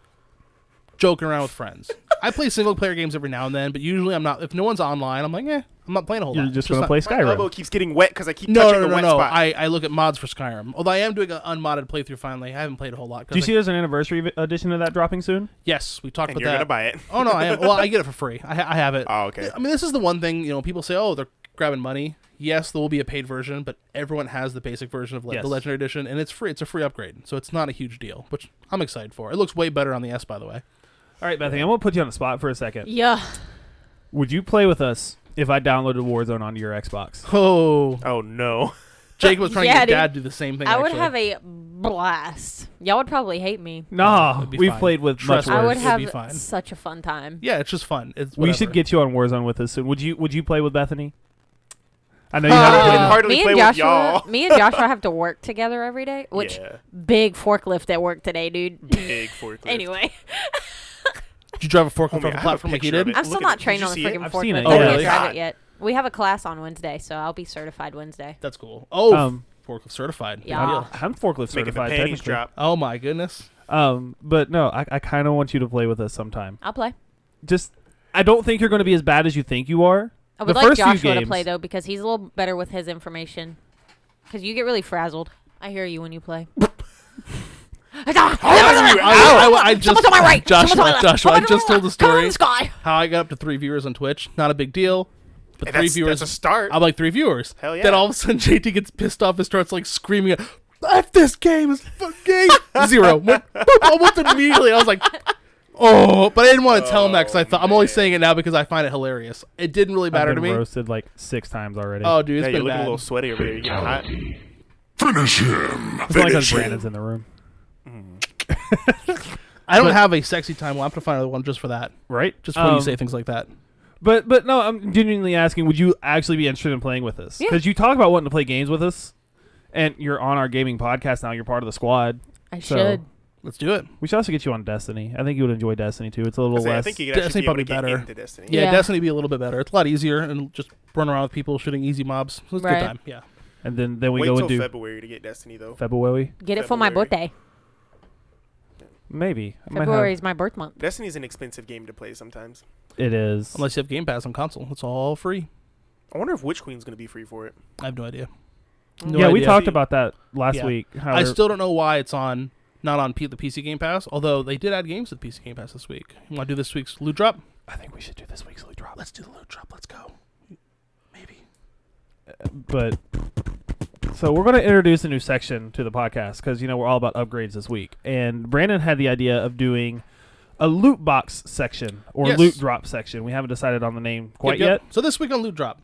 S3: joking around with friends. I play single player games every now and then, but usually I'm not. If no one's online, I'm like, eh, I'm not playing a whole
S2: you're
S3: lot.
S2: just going to
S3: not-
S2: play
S8: My elbow
S2: Skyrim.
S8: keeps getting wet because I keep
S3: No, no,
S8: touching the
S3: no,
S8: wet
S3: no.
S8: spot.
S3: I, I look at mods for Skyrim. Although I am doing an unmodded playthrough finally. I haven't played a whole lot. 'cause
S2: Do you
S3: I-
S2: see there's an anniversary vi- edition of that dropping soon?
S3: Yes, we talked
S8: and
S3: about
S8: you're
S3: that.
S8: gonna buy it.
S3: Oh no, I am. Well, I get it for free. I, ha- I have it.
S8: Oh, okay.
S3: I mean, this is the one thing you know. People say, "Oh, they're grabbing money." Yes, there will be a paid version, but everyone has the basic version of like
S2: Yes.
S3: the Legendary Edition, and it's free. It's a free upgrade, so it's not a huge deal, which I'm excited for. It looks way better on the S, by the way.
S2: All right, Bethany, I'm going to put you on the spot for a second.
S4: Yeah.
S2: Would you play with us if I downloaded Warzone onto your Xbox?
S3: Oh,
S8: Oh no.
S3: Jake was trying
S4: Yeah,
S3: to get
S4: dude.
S3: Dad to do the same thing.
S4: I would
S3: actually.
S4: have a blast. Y'all would probably hate me.
S2: Nah,
S3: It'd be
S2: we've
S3: fine.
S2: played with
S3: Trust
S2: much
S3: me.
S4: I
S2: worse.
S4: would
S3: It'd be fine.
S4: have such a fun time.
S3: Yeah, it's just fun. It's
S2: We should
S3: whatever.
S2: get you on Warzone with us soon. Would you Would you play with Bethany? I know you haven't played.
S8: Uh,
S2: with-
S8: Hardly
S4: me
S8: play
S4: and
S8: with
S4: Joshua,
S8: y'all.
S4: me and Joshua have to work together every day. Which
S8: Yeah.
S4: big forklift at work today, dude.
S8: Big forklift.
S4: anyway,
S3: Did you drive a forklift
S8: Homie,
S3: off
S8: I have
S3: a
S8: a
S3: platform like he
S8: picture of
S3: did?
S8: it.
S4: I'm still
S8: Look at
S4: not
S8: it. Did
S4: trained
S8: you
S4: on the
S8: see it?
S4: freaking
S2: I've
S4: forklift.
S2: seen it.
S4: I
S2: Oh,
S4: can't
S2: really?
S4: drive
S8: God.
S4: it yet. We have a class on Wednesday, so I'll be certified Wednesday.
S3: That's cool. Oh,
S2: Um,
S3: forklift certified. Big
S4: Yeah.
S3: deal.
S2: I'm forklift
S8: Making the
S2: certified
S8: panties
S2: technically.
S8: drop.
S3: Oh my goodness.
S2: Um, but no, I, I kind of want you to play with us sometime.
S4: I'll play.
S2: Just, I don't think you're going to be as bad as you think you are.
S4: I would
S2: the
S4: like
S2: first few
S4: Joshua to
S2: games-
S4: play though because he's a little better with his information. Because you get really frazzled. I hear you when you play.
S3: I, I, I just,
S4: Someone's on my right.
S3: Joshua,
S4: Someone's on my left.
S3: Joshua, I
S4: Someone's on
S3: just
S4: my
S3: told the
S4: left. Come
S3: story
S4: on, Sky.
S3: how I got up to three viewers on Twitch. Not a big deal, but
S8: Hey,
S3: three
S8: that's,
S3: viewers.
S8: that's a start.
S3: I'm like three viewers.
S8: Hell yeah.
S3: Then all of a sudden JT gets pissed off and starts like screaming, "F this game is fucking zero." Went, boop, almost immediately, I was like, oh, but I didn't want to tell him that because
S8: Oh,
S3: I thought I'm only saying it now because I find it hilarious. It didn't really matter
S2: I've
S3: to
S2: been
S3: me.
S2: roasted like six times already.
S3: Oh, dude, it's
S8: Yeah, you're
S3: been
S8: looking
S3: bad.
S8: a little sweaty over there. You getting hot?
S2: it's not like because Brandon's in the room,
S3: I don't have a sexy time. Well, I'm gonna find another one just for that.
S2: right?
S3: Just when you
S2: Um,
S3: say things like that.
S2: But but no, I'm genuinely asking: Would you actually be interested in playing with us?
S4: Yeah.
S2: Because you talk about wanting to play games with us, and you're on our gaming podcast now. You're part of the squad.
S4: I
S2: So-
S4: should.
S3: Let's do it.
S2: We should also get you on Destiny. I think you would enjoy Destiny too. It's a little
S8: Say, I
S2: less.
S8: think you could
S3: Destiny
S8: actually be able to
S3: probably
S8: get
S3: better.
S8: into Destiny.
S3: Yeah,
S4: Yeah.
S3: Destiny be a little bit better. It's a lot easier and just run around with people shooting easy mobs. It's a
S4: Right.
S3: good time. Yeah.
S2: and then then we
S8: Wait
S2: go
S8: till
S2: and do
S8: February to get Destiny though.
S2: February.
S4: Get it for my
S8: February.
S4: birthday.
S2: Maybe I might have-
S4: February is my birth month.
S8: Destiny's an expensive game to play sometimes.
S2: It is.
S3: Unless you have Game Pass on console. It's all free.
S8: I wonder if Witch Queen's gonna be free for it.
S3: I have no idea.
S2: yeah, we
S3: idea.
S2: talked about that last
S3: Yeah.
S2: week. How
S3: I
S2: we're-
S3: still don't know why it's on not on P- the PC Game Pass, although they did add games to the PC Game Pass this week. You want to do this week's loot drop?
S2: I think we should do this week's loot drop.
S3: Let's do the loot drop. Let's go. Maybe.
S2: but so we're going to introduce a new section to the podcast because you know we're all about upgrades this week and brandon had the idea of doing a loot box section or
S3: Yes.
S2: loot drop section we haven't decided on the name quite
S3: Yep, yep.
S2: yet
S3: So this week on loot drop.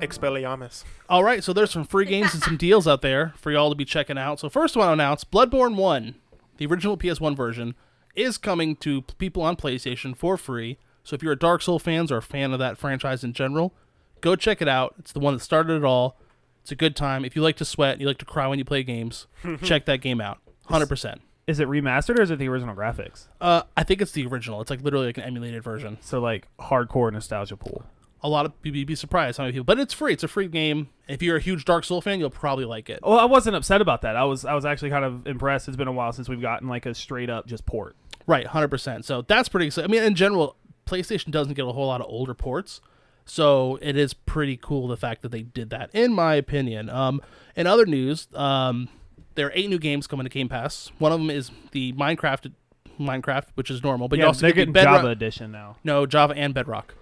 S8: Expelliarmus.
S3: All right, so there's some free games and some deals out there for y'all to be checking out. So first one announced, Bloodborne 1, the original PS1 version, is coming to p- people on PlayStation for free. So if you're a Dark Soul fans or a fan of that franchise in general, go check it out. It's the one that started it all. It's a good time. If you like to sweat, you like to cry when you play games, check that game out. 100%.
S2: is it remastered or is it the original graphics
S3: Uh, I think it's the original. It's like literally like an emulated version.
S2: so like hardcore nostalgia pool
S3: A lot of you'd be surprised how many people, but it's free. It's a free game. If you're a huge Dark Soul fan, you'll probably like it.
S2: well i wasn't upset about that i was i was actually kind of impressed it's been a while since we've gotten like a straight up just port
S3: Right, hundred percent. So that's pretty exciting. I mean, in general, PlayStation doesn't get a whole lot of older ports, so it is pretty cool the fact that they did that, in my opinion. Um, in other news, um, there are eight new games coming to Game Pass. One of them is the Minecraft, Minecraft, which is normal, but you
S2: yeah
S3: also
S2: they're
S3: get
S2: getting
S3: the Bedrock.
S2: java edition now
S3: No, Java and Bedrock.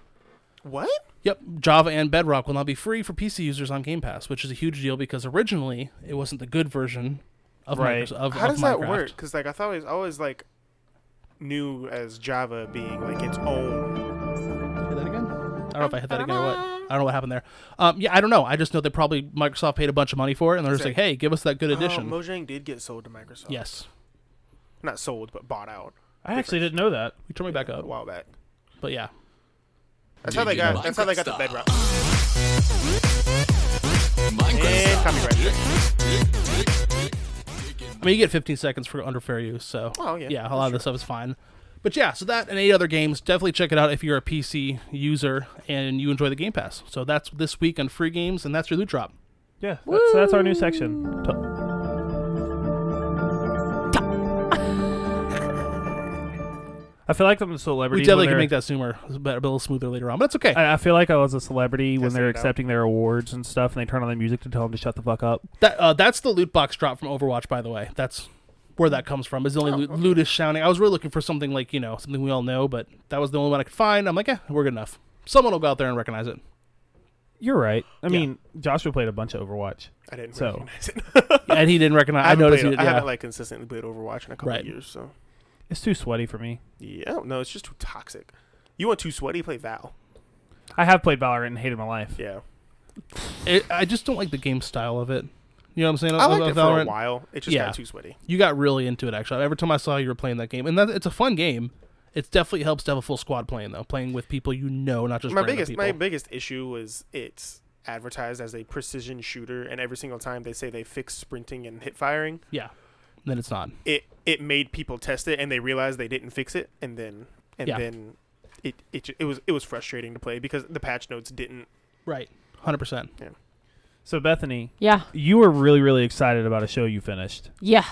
S8: What?
S3: Yep, Java and Bedrock will now be free for PC users on Game Pass, which is a huge deal because originally it wasn't the good version of,
S2: Right.
S3: Microsoft, of,
S8: How
S3: of
S8: does that
S3: Minecraft.
S8: work? Because like I thought it was I always like knew as Java being like its own.
S3: Say that again? I don't know if I hit that again or what. I don't know what happened there. Um, yeah, I don't know. I just know they probably Microsoft paid a bunch of money for it, and they're just like,
S8: Exactly.
S3: "Hey, give us that good edition."
S8: Oh, Mojang did get sold to Microsoft.
S3: yes,
S8: Not sold, but bought out
S2: i actually didn't know that
S3: you turn me back
S8: a
S3: up.
S8: while back.
S3: But yeah,
S8: That's how they got. That's how they got the bedrock. And copyright.
S3: I mean, you get 15 seconds for under fair use, so
S8: Oh, yeah.
S3: a lot of this stuff is fine. But yeah, so that and eight other games, definitely check it out if you're a PC user and you enjoy the Game Pass. So that's this week on free games, and that's your loot drop.
S2: yeah that's, that's our new section i feel like i'm a celebrity
S3: We
S2: when
S3: definitely can
S2: they're-
S3: make that sooner, a bit- a little smoother later on, but it's okay.
S2: I, I feel like I was a celebrity when
S8: Testing
S2: they're
S8: it out.
S2: accepting their awards and stuff, and they turn on the music to tell them to shut the fuck up.
S3: That uh, that's the loot box drop from Overwatch, by the way. That's where that comes from. Is
S8: Oh,
S3: the only loot, lootish sounding. I was really looking for something like you know something we all know, but that was the only one I could find. I'm like, yeah, we're good enough. Someone will go out there and recognize it.
S2: You're right. I mean, Joshua played a bunch of Overwatch.
S8: I didn't
S2: So.
S8: recognize it.
S3: and he didn't recognize. I,
S8: haven't
S3: noticed.
S8: played-
S3: it,
S8: I
S3: yeah.
S8: haven't like consistently played Overwatch in a couple
S3: Right.
S8: years, so
S2: It's too sweaty for me.
S8: yeah, I don't know. It's just too toxic. You want too sweaty? Play Val.
S2: I have played Valorant and hated my life.
S8: Yeah,
S3: It- I just don't like the game style of it. You know what I'm saying?
S8: I
S3: Of-
S8: liked
S3: of
S8: it for a
S3: Valorant?
S8: while. It just
S3: Yeah.
S8: got too sweaty.
S3: You got really into it actually. Every time I saw you were playing that game, and that, it's a fun game. It definitely helps to have a full squad playing though, playing with people you know, not just
S8: my
S3: random
S8: biggest
S3: people.
S8: my biggest issue was it's advertised as a precision shooter, and every single time they say they fix sprinting and hip firing,
S3: yeah. Then it's not.
S8: it it made people test it, and they realized they didn't fix it, and then and
S3: Yeah.
S8: then it, it ju- it was it was frustrating to play because the patch notes didn't.
S3: Right. Hundred percent.
S2: So Bethany,
S4: Yeah.
S2: you were really really excited about a show you finished.
S4: Yeah.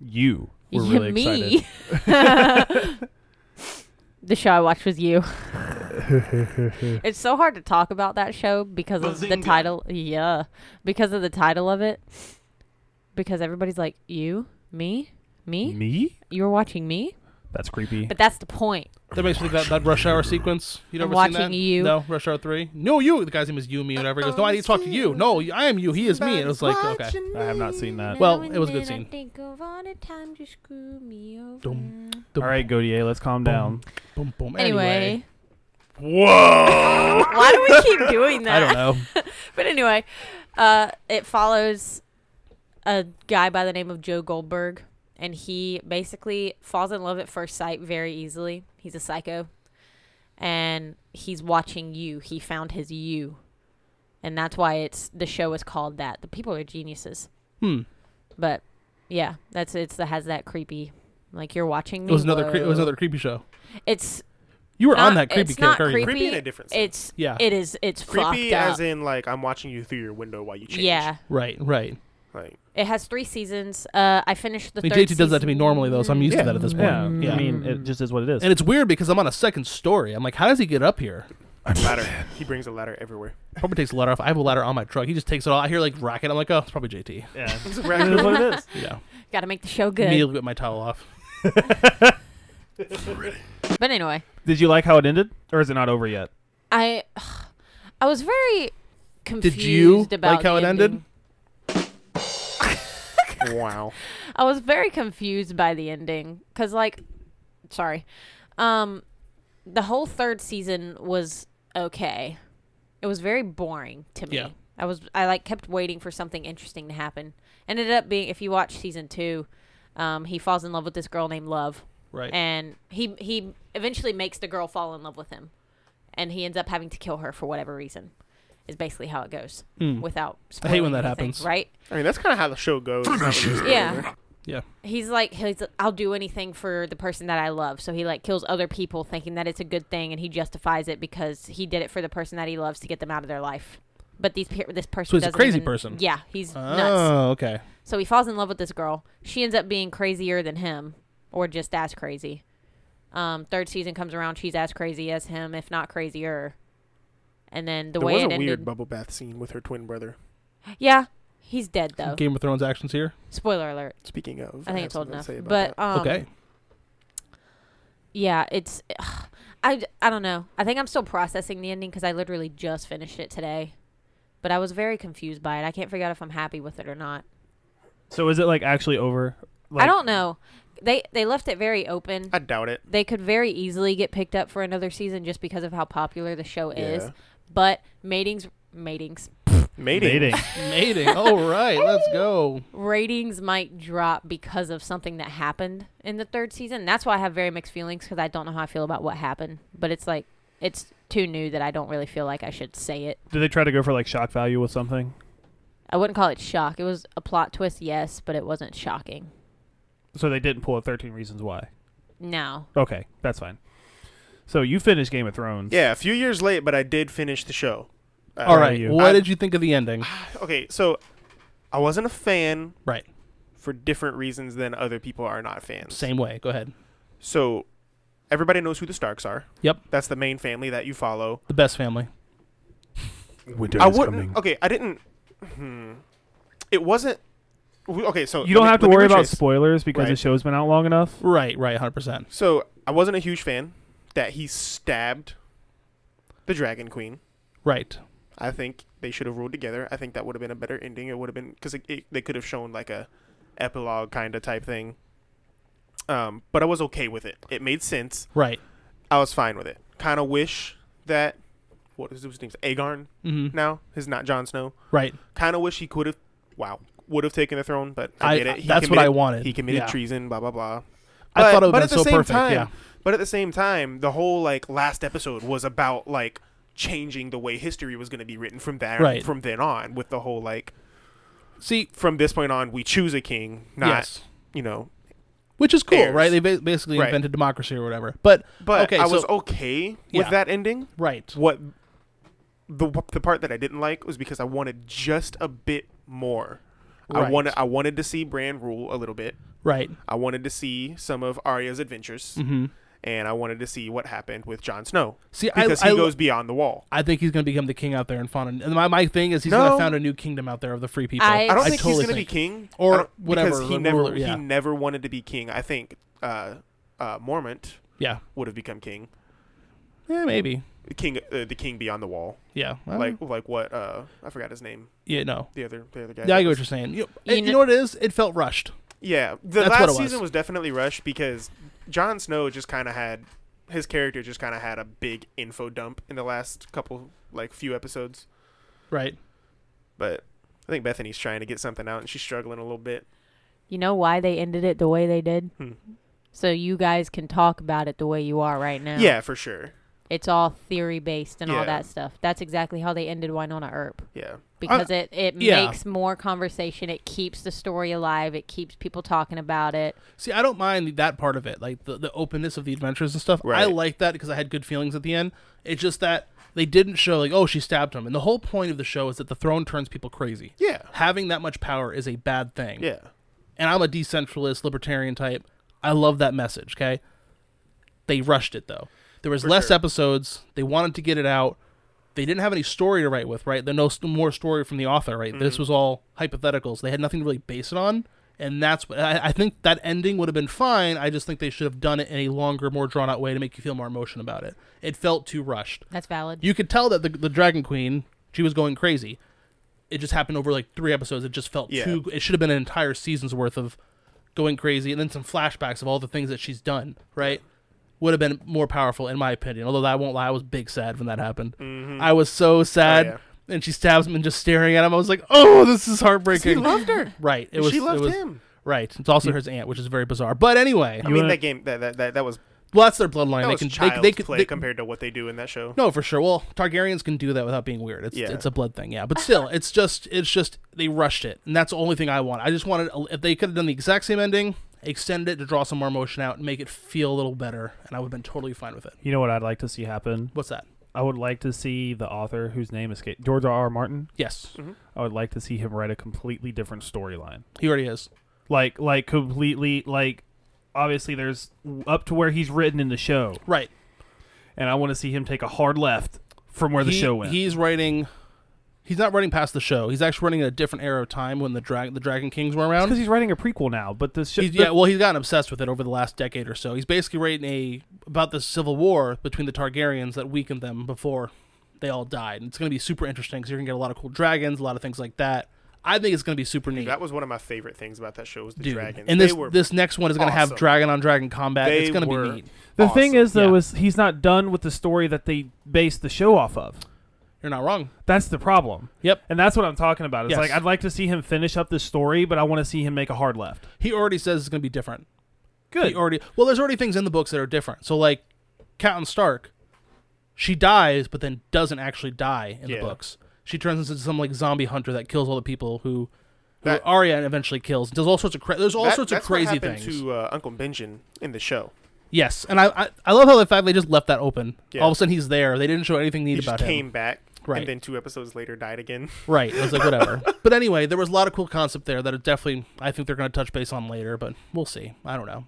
S2: You were
S4: Yeah,
S2: really
S4: me.
S2: excited.
S4: the show I watched was you. it's so hard to talk about that show because of the title. Yeah, because of the title of it. Because everybody's like, you, me, me.
S2: Me?
S4: You were watching me,
S2: That's creepy.
S4: but that's the point.
S3: That makes me think that, that Rush Hour sequence. You
S4: I'm
S3: never seen
S4: watching
S3: that?
S4: you.
S3: No, Rush Hour three. No, you. The guy's name is Yumi. Whatever. He goes, no, I need to talk to you. No, I am you. He is me. And it was like, okay.
S2: I have not seen that.
S3: Well, it was a good scene. Dum, dum,
S2: All right, Godier, let's calm down.
S3: Boom, boom.
S4: Anyway,
S3: Whoa.
S4: why do we keep doing that?
S3: I don't know.
S4: But anyway, uh, it follows a guy by the name of Joe Goldberg, and he basically falls in love at first sight very easily. He's a psycho, and he's watching you. He found his you, and that's why it's the show is called that. The people are geniuses,
S3: Hmm.
S4: but yeah, that's it's that has that creepy. Like you're watching me.
S3: It was another. Cre- it was
S4: whoa.
S3: another creepy show.
S4: It's
S3: You were on that
S4: not-
S3: creepy
S4: Uh, it's not
S3: kick.
S4: creepy.
S8: Creepy in a different sense.
S4: It's
S3: Yeah.
S4: It is. It's
S8: Creepy
S4: fucked up.
S8: as in like I'm watching you through your window while you change.
S4: yeah,
S3: Right. Right.
S8: Like
S4: It has three seasons. Uh, I finished the
S3: I mean,
S4: third
S3: JT does that to me
S4: season.
S3: normally though, so I'm used to that at this point.
S2: Yeah, I mean, it just is what it is.
S3: And it's weird because I'm on a second story. I'm like, how does he get up here?
S8: ladder. he brings a ladder everywhere.
S3: Probably takes a ladder off. I have a ladder on my truck. He just takes it all. I hear like racket. I'm like, oh, it's probably JT.
S2: yeah,
S8: It's a
S2: it is
S8: raccoon.
S2: what it is.
S3: Yeah.
S4: Got to make the show good.
S3: Immediately get my towel off.
S4: But anyway,
S2: Did you like how it ended, or is it not over yet?
S4: I, I was very confused
S3: you
S4: about
S3: like how
S4: the
S3: it ended?
S4: ending.
S8: wow.
S4: I was very confused by the ending because, like, sorry, um, the whole third season was okay. It was very boring to me.
S3: Yeah.
S4: I was I like kept waiting for something interesting to happen. Ended up being if you watch season two, um, he falls in love with this girl named Love.
S3: Right.
S4: and he he eventually makes the girl fall in love with him and he ends up having to kill her for whatever reason is basically how it goes without
S3: Hmm. I hate when
S4: spoiling
S3: that
S4: anything,
S3: happens.
S4: right
S8: I mean, that's kind of how the show goes.
S4: yeah
S3: yeah.
S4: he's like he's, i'll do anything for the person that i love so he like kills other people thinking that it's a good thing and he justifies it because he did it for the person that he loves to get them out of their life but these pe- this person
S3: So he's a
S4: doesn't
S3: crazy
S4: even-
S3: person.
S4: yeah he's nuts
S3: Oh, okay.
S4: so he falls in love with this girl. She ends up being crazier than him, or just as crazy. Um, third season comes around, she's as crazy as him, if not crazier. And then the
S8: There
S4: way
S8: was
S4: it
S8: a
S4: ended,
S8: weird bubble bath scene with her twin brother.
S4: yeah, he's dead though.
S3: Game of Thrones actions here.
S4: Spoiler alert.
S8: Speaking of,
S4: I think
S8: have
S4: it's old
S8: something to
S4: enough,
S8: say
S4: but
S8: about that.
S4: um,
S3: okay.
S4: yeah, it's. I I don't know. I think I'm still processing the ending because I literally just finished it today, but I was very confused by it. I can't figure out if I'm happy with it or not.
S2: So is it like actually over?
S4: I don't know. They they left it very open.
S8: I doubt it.
S4: they could very easily get picked up for another season just because of how popular the show is.
S8: Yeah.
S4: But matings, matings,
S8: Mating.
S2: dating.
S3: Mating. All right. Let's go.
S4: ratings might drop because of something that happened in the third season. That's why I have very mixed feelings because I don't know how I feel about what happened. But it's like it's too new that I don't really feel like I should say it.
S2: Did they try to go for like shock value with something?
S4: I wouldn't call it shock. It was a plot twist, yes, but it wasn't shocking.
S2: So they didn't pull a Thirteen Reasons Why.
S4: No,
S2: Okay, that's fine. So you finished Game of Thrones.
S8: Yeah, a few years late, but I did finish the show. Uh,
S3: All right.
S2: you?
S3: What
S8: I-
S3: did you think of the ending?
S8: Okay, so I wasn't a fan
S3: Right.
S8: for different reasons than other people are not fans.
S3: Same way. Go ahead.
S8: So everybody knows who the Starks are.
S3: Yep.
S8: That's the main family that you follow.
S3: The best family.
S7: Winter
S8: I
S7: is
S8: wouldn't.
S7: coming.
S8: Okay, I didn't. Hmm. It wasn't. we- Okay, so
S2: You don't
S8: let me-
S2: have to
S8: let me
S2: worry about
S8: retrace.
S2: spoilers because the
S8: Right.
S2: show's been out long enough.
S3: Right. Right. Hundred percent.
S8: So I wasn't a huge fan that he stabbed the Dragon Queen.
S3: Right.
S8: I think they should have ruled together. I think that would have been a better ending. It would have been because it, it, they could have shown like a epilogue kind of type thing. Um, but I was okay with it. It made sense.
S3: Right.
S8: I was fine with it. Kind of wish that what is his name's Aegon
S3: Mm-hmm.
S8: now is not Jon Snow.
S3: Right.
S8: Kind of wish he could have. Wow, would have taken the throne, but
S3: I-
S8: I get it. He
S3: that's what I
S8: committed-
S3: wanted.
S8: He committed
S3: Yeah.
S8: treason. Blah blah blah.
S3: I thought it would've
S8: but
S3: been
S8: at the
S3: so
S8: same
S3: perfect,
S8: Time,
S3: yeah.
S8: But at the same time, the whole like last episode was about like changing the way history was going to be written from there
S3: Right.
S8: from then on with the whole like
S3: See.
S8: from this point on we choose a king not
S3: Yes.
S8: you know
S3: Which is cool,
S8: Heirs.
S3: right? They ba- basically
S8: Right.
S3: invented democracy or whatever. But
S8: but
S3: okay,
S8: I
S3: so,
S8: was okay with
S3: Yeah.
S8: that ending
S3: right.
S8: what the the part that I didn't like was because I wanted just a bit more I
S3: Right.
S8: wanted I wanted to see Bran rule a little bit
S3: Right.
S8: I wanted to see some of Arya's adventures, and I wanted to see what happened with Jon Snow.
S3: Mm-hmm. See, I-
S8: because
S3: I
S8: he
S3: lo-
S8: goes beyond the wall.
S3: I think he's going to become the king out there and found. And my, my thing is he's going
S8: No.
S3: to found a new kingdom out there of the free people.
S4: I-
S8: I don't
S4: I
S8: think
S3: totally
S8: he's going to be
S3: think-
S8: king
S3: Or
S8: I don't-
S3: whatever,
S8: Because he
S3: the
S8: never
S3: ruler, yeah.
S8: he never wanted to be king. I think uh, uh, Mormont
S3: Yeah.
S8: would have become king.
S3: Yeah, maybe.
S8: King, uh, the king beyond the wall.
S3: Yeah. well,
S8: Like, like what? Uh, I forgot his name.
S3: yeah, no.
S8: The other, the other guy.
S3: Yeah, I get what you're saying. You,
S4: You
S3: you
S4: kn-
S3: know what it is? It felt rushed.
S8: Yeah, the
S3: That's what
S8: last
S3: it was.
S8: season was definitely rushed because Jon Snow just kind of had his character just kind of had a big info dump in the last couple like few episodes.
S3: Right.
S8: But I think Bethany's trying to get something out and she's struggling a little bit.
S4: You know why they ended it the way they did?
S8: Hmm.
S4: So you guys can talk about it the way you are right now.
S8: Yeah, for sure.
S4: It's all theory based and
S8: Yeah.
S4: all that stuff. That's exactly how they ended Winona Earp.
S8: Yeah,
S4: Because it, it
S3: yeah.
S4: makes more conversation. It keeps the story alive. It keeps people talking about it.
S3: See, I don't mind that part of it, like the, the openness of the adventures and stuff. I
S8: Right.
S3: like that because I had good feelings at the end. It's just that they didn't show like, oh, she stabbed him, and the whole point of the show is that the throne turns people crazy.
S8: Yeah.
S3: having that much power is a bad thing.
S8: yeah,
S3: and I'm a decentralist libertarian type. I love that message. Okay, they rushed it though. There was less
S8: sure.
S3: episodes. They wanted to get it out. They didn't have any story to write with, right? There no st- more story from the author, right? This was all hypotheticals. They had nothing to really base it on, and that's. what- I, I think that ending would have been fine. I just think they should have done it in a longer, more drawn out way to make you feel more emotion about it. It felt too rushed.
S4: That's valid.
S3: You could tell that the, the Dragon Queen, she was going crazy. It just happened over like three episodes. It just felt
S8: Yeah.
S3: too. It should have been an entire season's worth of going crazy, and then some flashbacks of all the things that she's done. Right, would have been more powerful in my opinion. Although I won't lie, I was big sad when that happened. I was so sad.
S8: Mm-hmm. Oh, yeah.
S3: And she stabs him and just staring at him. I was like, "Oh, this is heartbreaking."
S8: he loved her.
S3: Right. It
S8: And
S3: was.
S8: she
S3: it
S8: loved
S3: was-
S8: him.
S3: Right. It's also his aunt, which is very bizarre. But anyway,
S8: I mean, that game that that that, that was
S3: well, that's their bloodline.
S8: that
S3: they
S8: was
S3: can.
S8: child's
S3: they, they could.
S8: play
S3: they-
S8: compared to what they do in that show.
S3: no, for sure. Well, Targaryens can do that without being weird. It's
S8: Yeah.
S3: it's a blood thing, yeah. But still, it's just it's just they rushed it, and that's the only thing I want. I just wanted if they could have done the exact same ending, extend it to draw some more emotion out and make it feel a little better, and I would have been totally fine with it.
S2: You know what I'd like to see happen?
S3: What's that?
S2: I would like to see the author whose name escaped George R. R. Martin.
S3: Yes,
S2: I would like to see him write a completely different storyline.
S3: he already is.
S2: Like like completely like obviously there's up to where he's written in the show
S3: Right.
S2: and I want to see him take a hard left from where the
S3: He-
S2: show went.
S3: He's writing. He's not running past the show. He's actually running in a different era of time when the drag the Dragon Kings were around.
S2: because he's writing a prequel now, but the show
S3: He's, yeah, well, he's gotten obsessed with it over the last decade or so. He's basically writing a about the civil war between the Targaryens that weakened them before they all died, and it's going to be super interesting because you're going to get a lot of cool dragons, a lot of things like that. I think it's going to be super neat,
S8: That was one of my favorite things about that show was the
S3: dude.
S8: dragons.
S3: and this
S8: they were
S3: this next one is going to have
S8: awesome.
S3: dragon on dragon combat.
S8: They
S3: it's going to
S8: were
S3: be neat.
S2: the thing
S8: awesome.
S2: is though
S3: Yeah.
S2: is he's not done with the story that they based the show off of.
S3: You're not wrong.
S2: That's the problem.
S3: Yep.
S2: And that's what I'm talking about. It's
S3: Yes.
S2: like I'd like to see him finish up this story, but I want to see him make a hard left.
S3: He already says it's going to be different.
S2: Good.
S3: He already well, there's already things in the books that are different. So like, Catelyn Stark, she dies, but then doesn't actually die in
S8: Yeah.
S3: the books. She turns into some like zombie hunter that kills all the people who, who
S8: That-
S3: Arya eventually kills. Does all sorts of cra- there's all
S8: that-
S3: sorts of
S8: that's what
S3: crazy
S8: happened
S3: things.
S8: to uh, Uncle Benjen in the show.
S3: Yes, and I, I I love how the fact they just left that open.
S8: Yeah.
S3: All of a sudden he's there. They didn't show anything neat
S8: He just
S3: about
S8: came
S3: him.
S8: back,
S3: Right.
S8: and then two episodes later died again.
S3: Right. It was like whatever. but anyway, there was a lot of cool concept there that are definitely I think they're going to touch base on later. But we'll see. I don't know.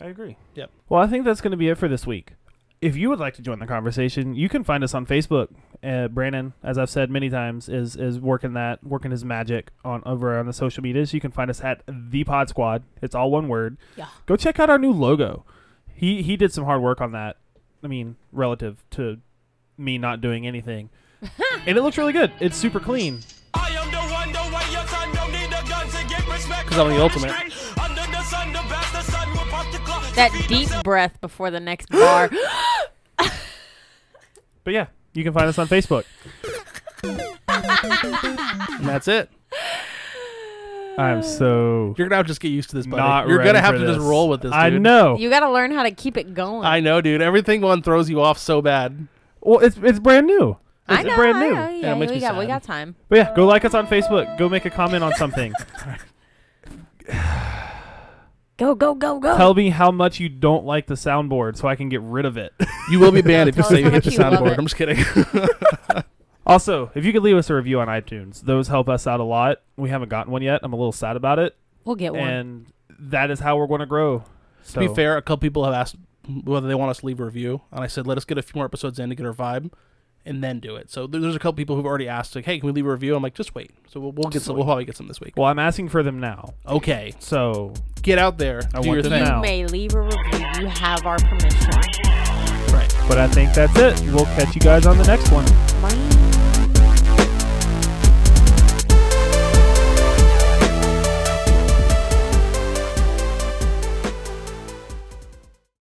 S2: I agree.
S3: Yep.
S2: Well, I think that's going to be it for this week. If you would like to join the conversation, you can find us on Facebook. Uh, Brandon, as I've said many times, is is working that working his magic on over on the social medias. You can find us at the Pod Squad. It's all one word.
S4: Yeah.
S2: Go check out our new logo. He he did some hard work on that. I mean, relative to me not doing anything, and it looks really good. It's super clean.
S6: I am the one, the way your son don't need a gun to get respect.
S3: 'Cause I'm the ultimate.
S6: Under the sun, the best, the sun will pop the clock.
S4: That deep breath before the next bar.
S2: But yeah, you can find us on Facebook.
S3: And that's it.
S2: I'm so
S3: You're gonna have to just get used to this, buddy.
S2: not.
S3: You're
S2: ready
S3: gonna have
S2: for
S3: to just
S2: this.
S3: roll with this. Dude.
S2: I know.
S4: you got to learn how to keep it going.
S3: Oh. I know, dude. Everything one throws you off so bad.
S2: Well, it's it's brand new. It's
S4: I know.
S2: brand
S4: I
S2: new.
S4: know,
S3: Yeah, it
S4: Yeah,
S3: makes
S4: we
S3: me
S4: got we
S3: sad.
S4: got time.
S2: But yeah, go like us on Facebook. Go make a comment on something.
S4: Go go go Oh, go.
S2: Tell me how much you don't like the soundboard so I can get rid of it.
S3: You will be banned if you
S4: Tell
S3: say
S4: us
S3: you
S4: how
S3: hit the
S4: much you love
S3: soundboard.
S4: it.
S3: I'm just kidding.
S2: also, if you could leave us a review on iTunes, those help us out a lot. We haven't gotten one yet. I'm a little sad about it,
S4: We'll get one.
S2: and that is how we're going to grow. So,
S3: to be fair, a couple people have asked whether they want us to leave a review, and I said let us get a few more episodes in to get our vibe. and then do it. So there- there's a couple people who've already asked like, "Hey, can we leave a review?" I'm like, "Just wait." So we'll, we'll get some. We'll probably get some this week.
S2: Well, I'm asking for them now.
S3: Okay,
S2: So
S3: get out there.
S2: I
S3: do
S2: want
S3: your
S2: them
S3: thing.
S2: now.
S4: You may leave a review. You have our permission.
S3: Right.
S2: But I think that's it. We'll catch you guys on the next one.
S4: Bye.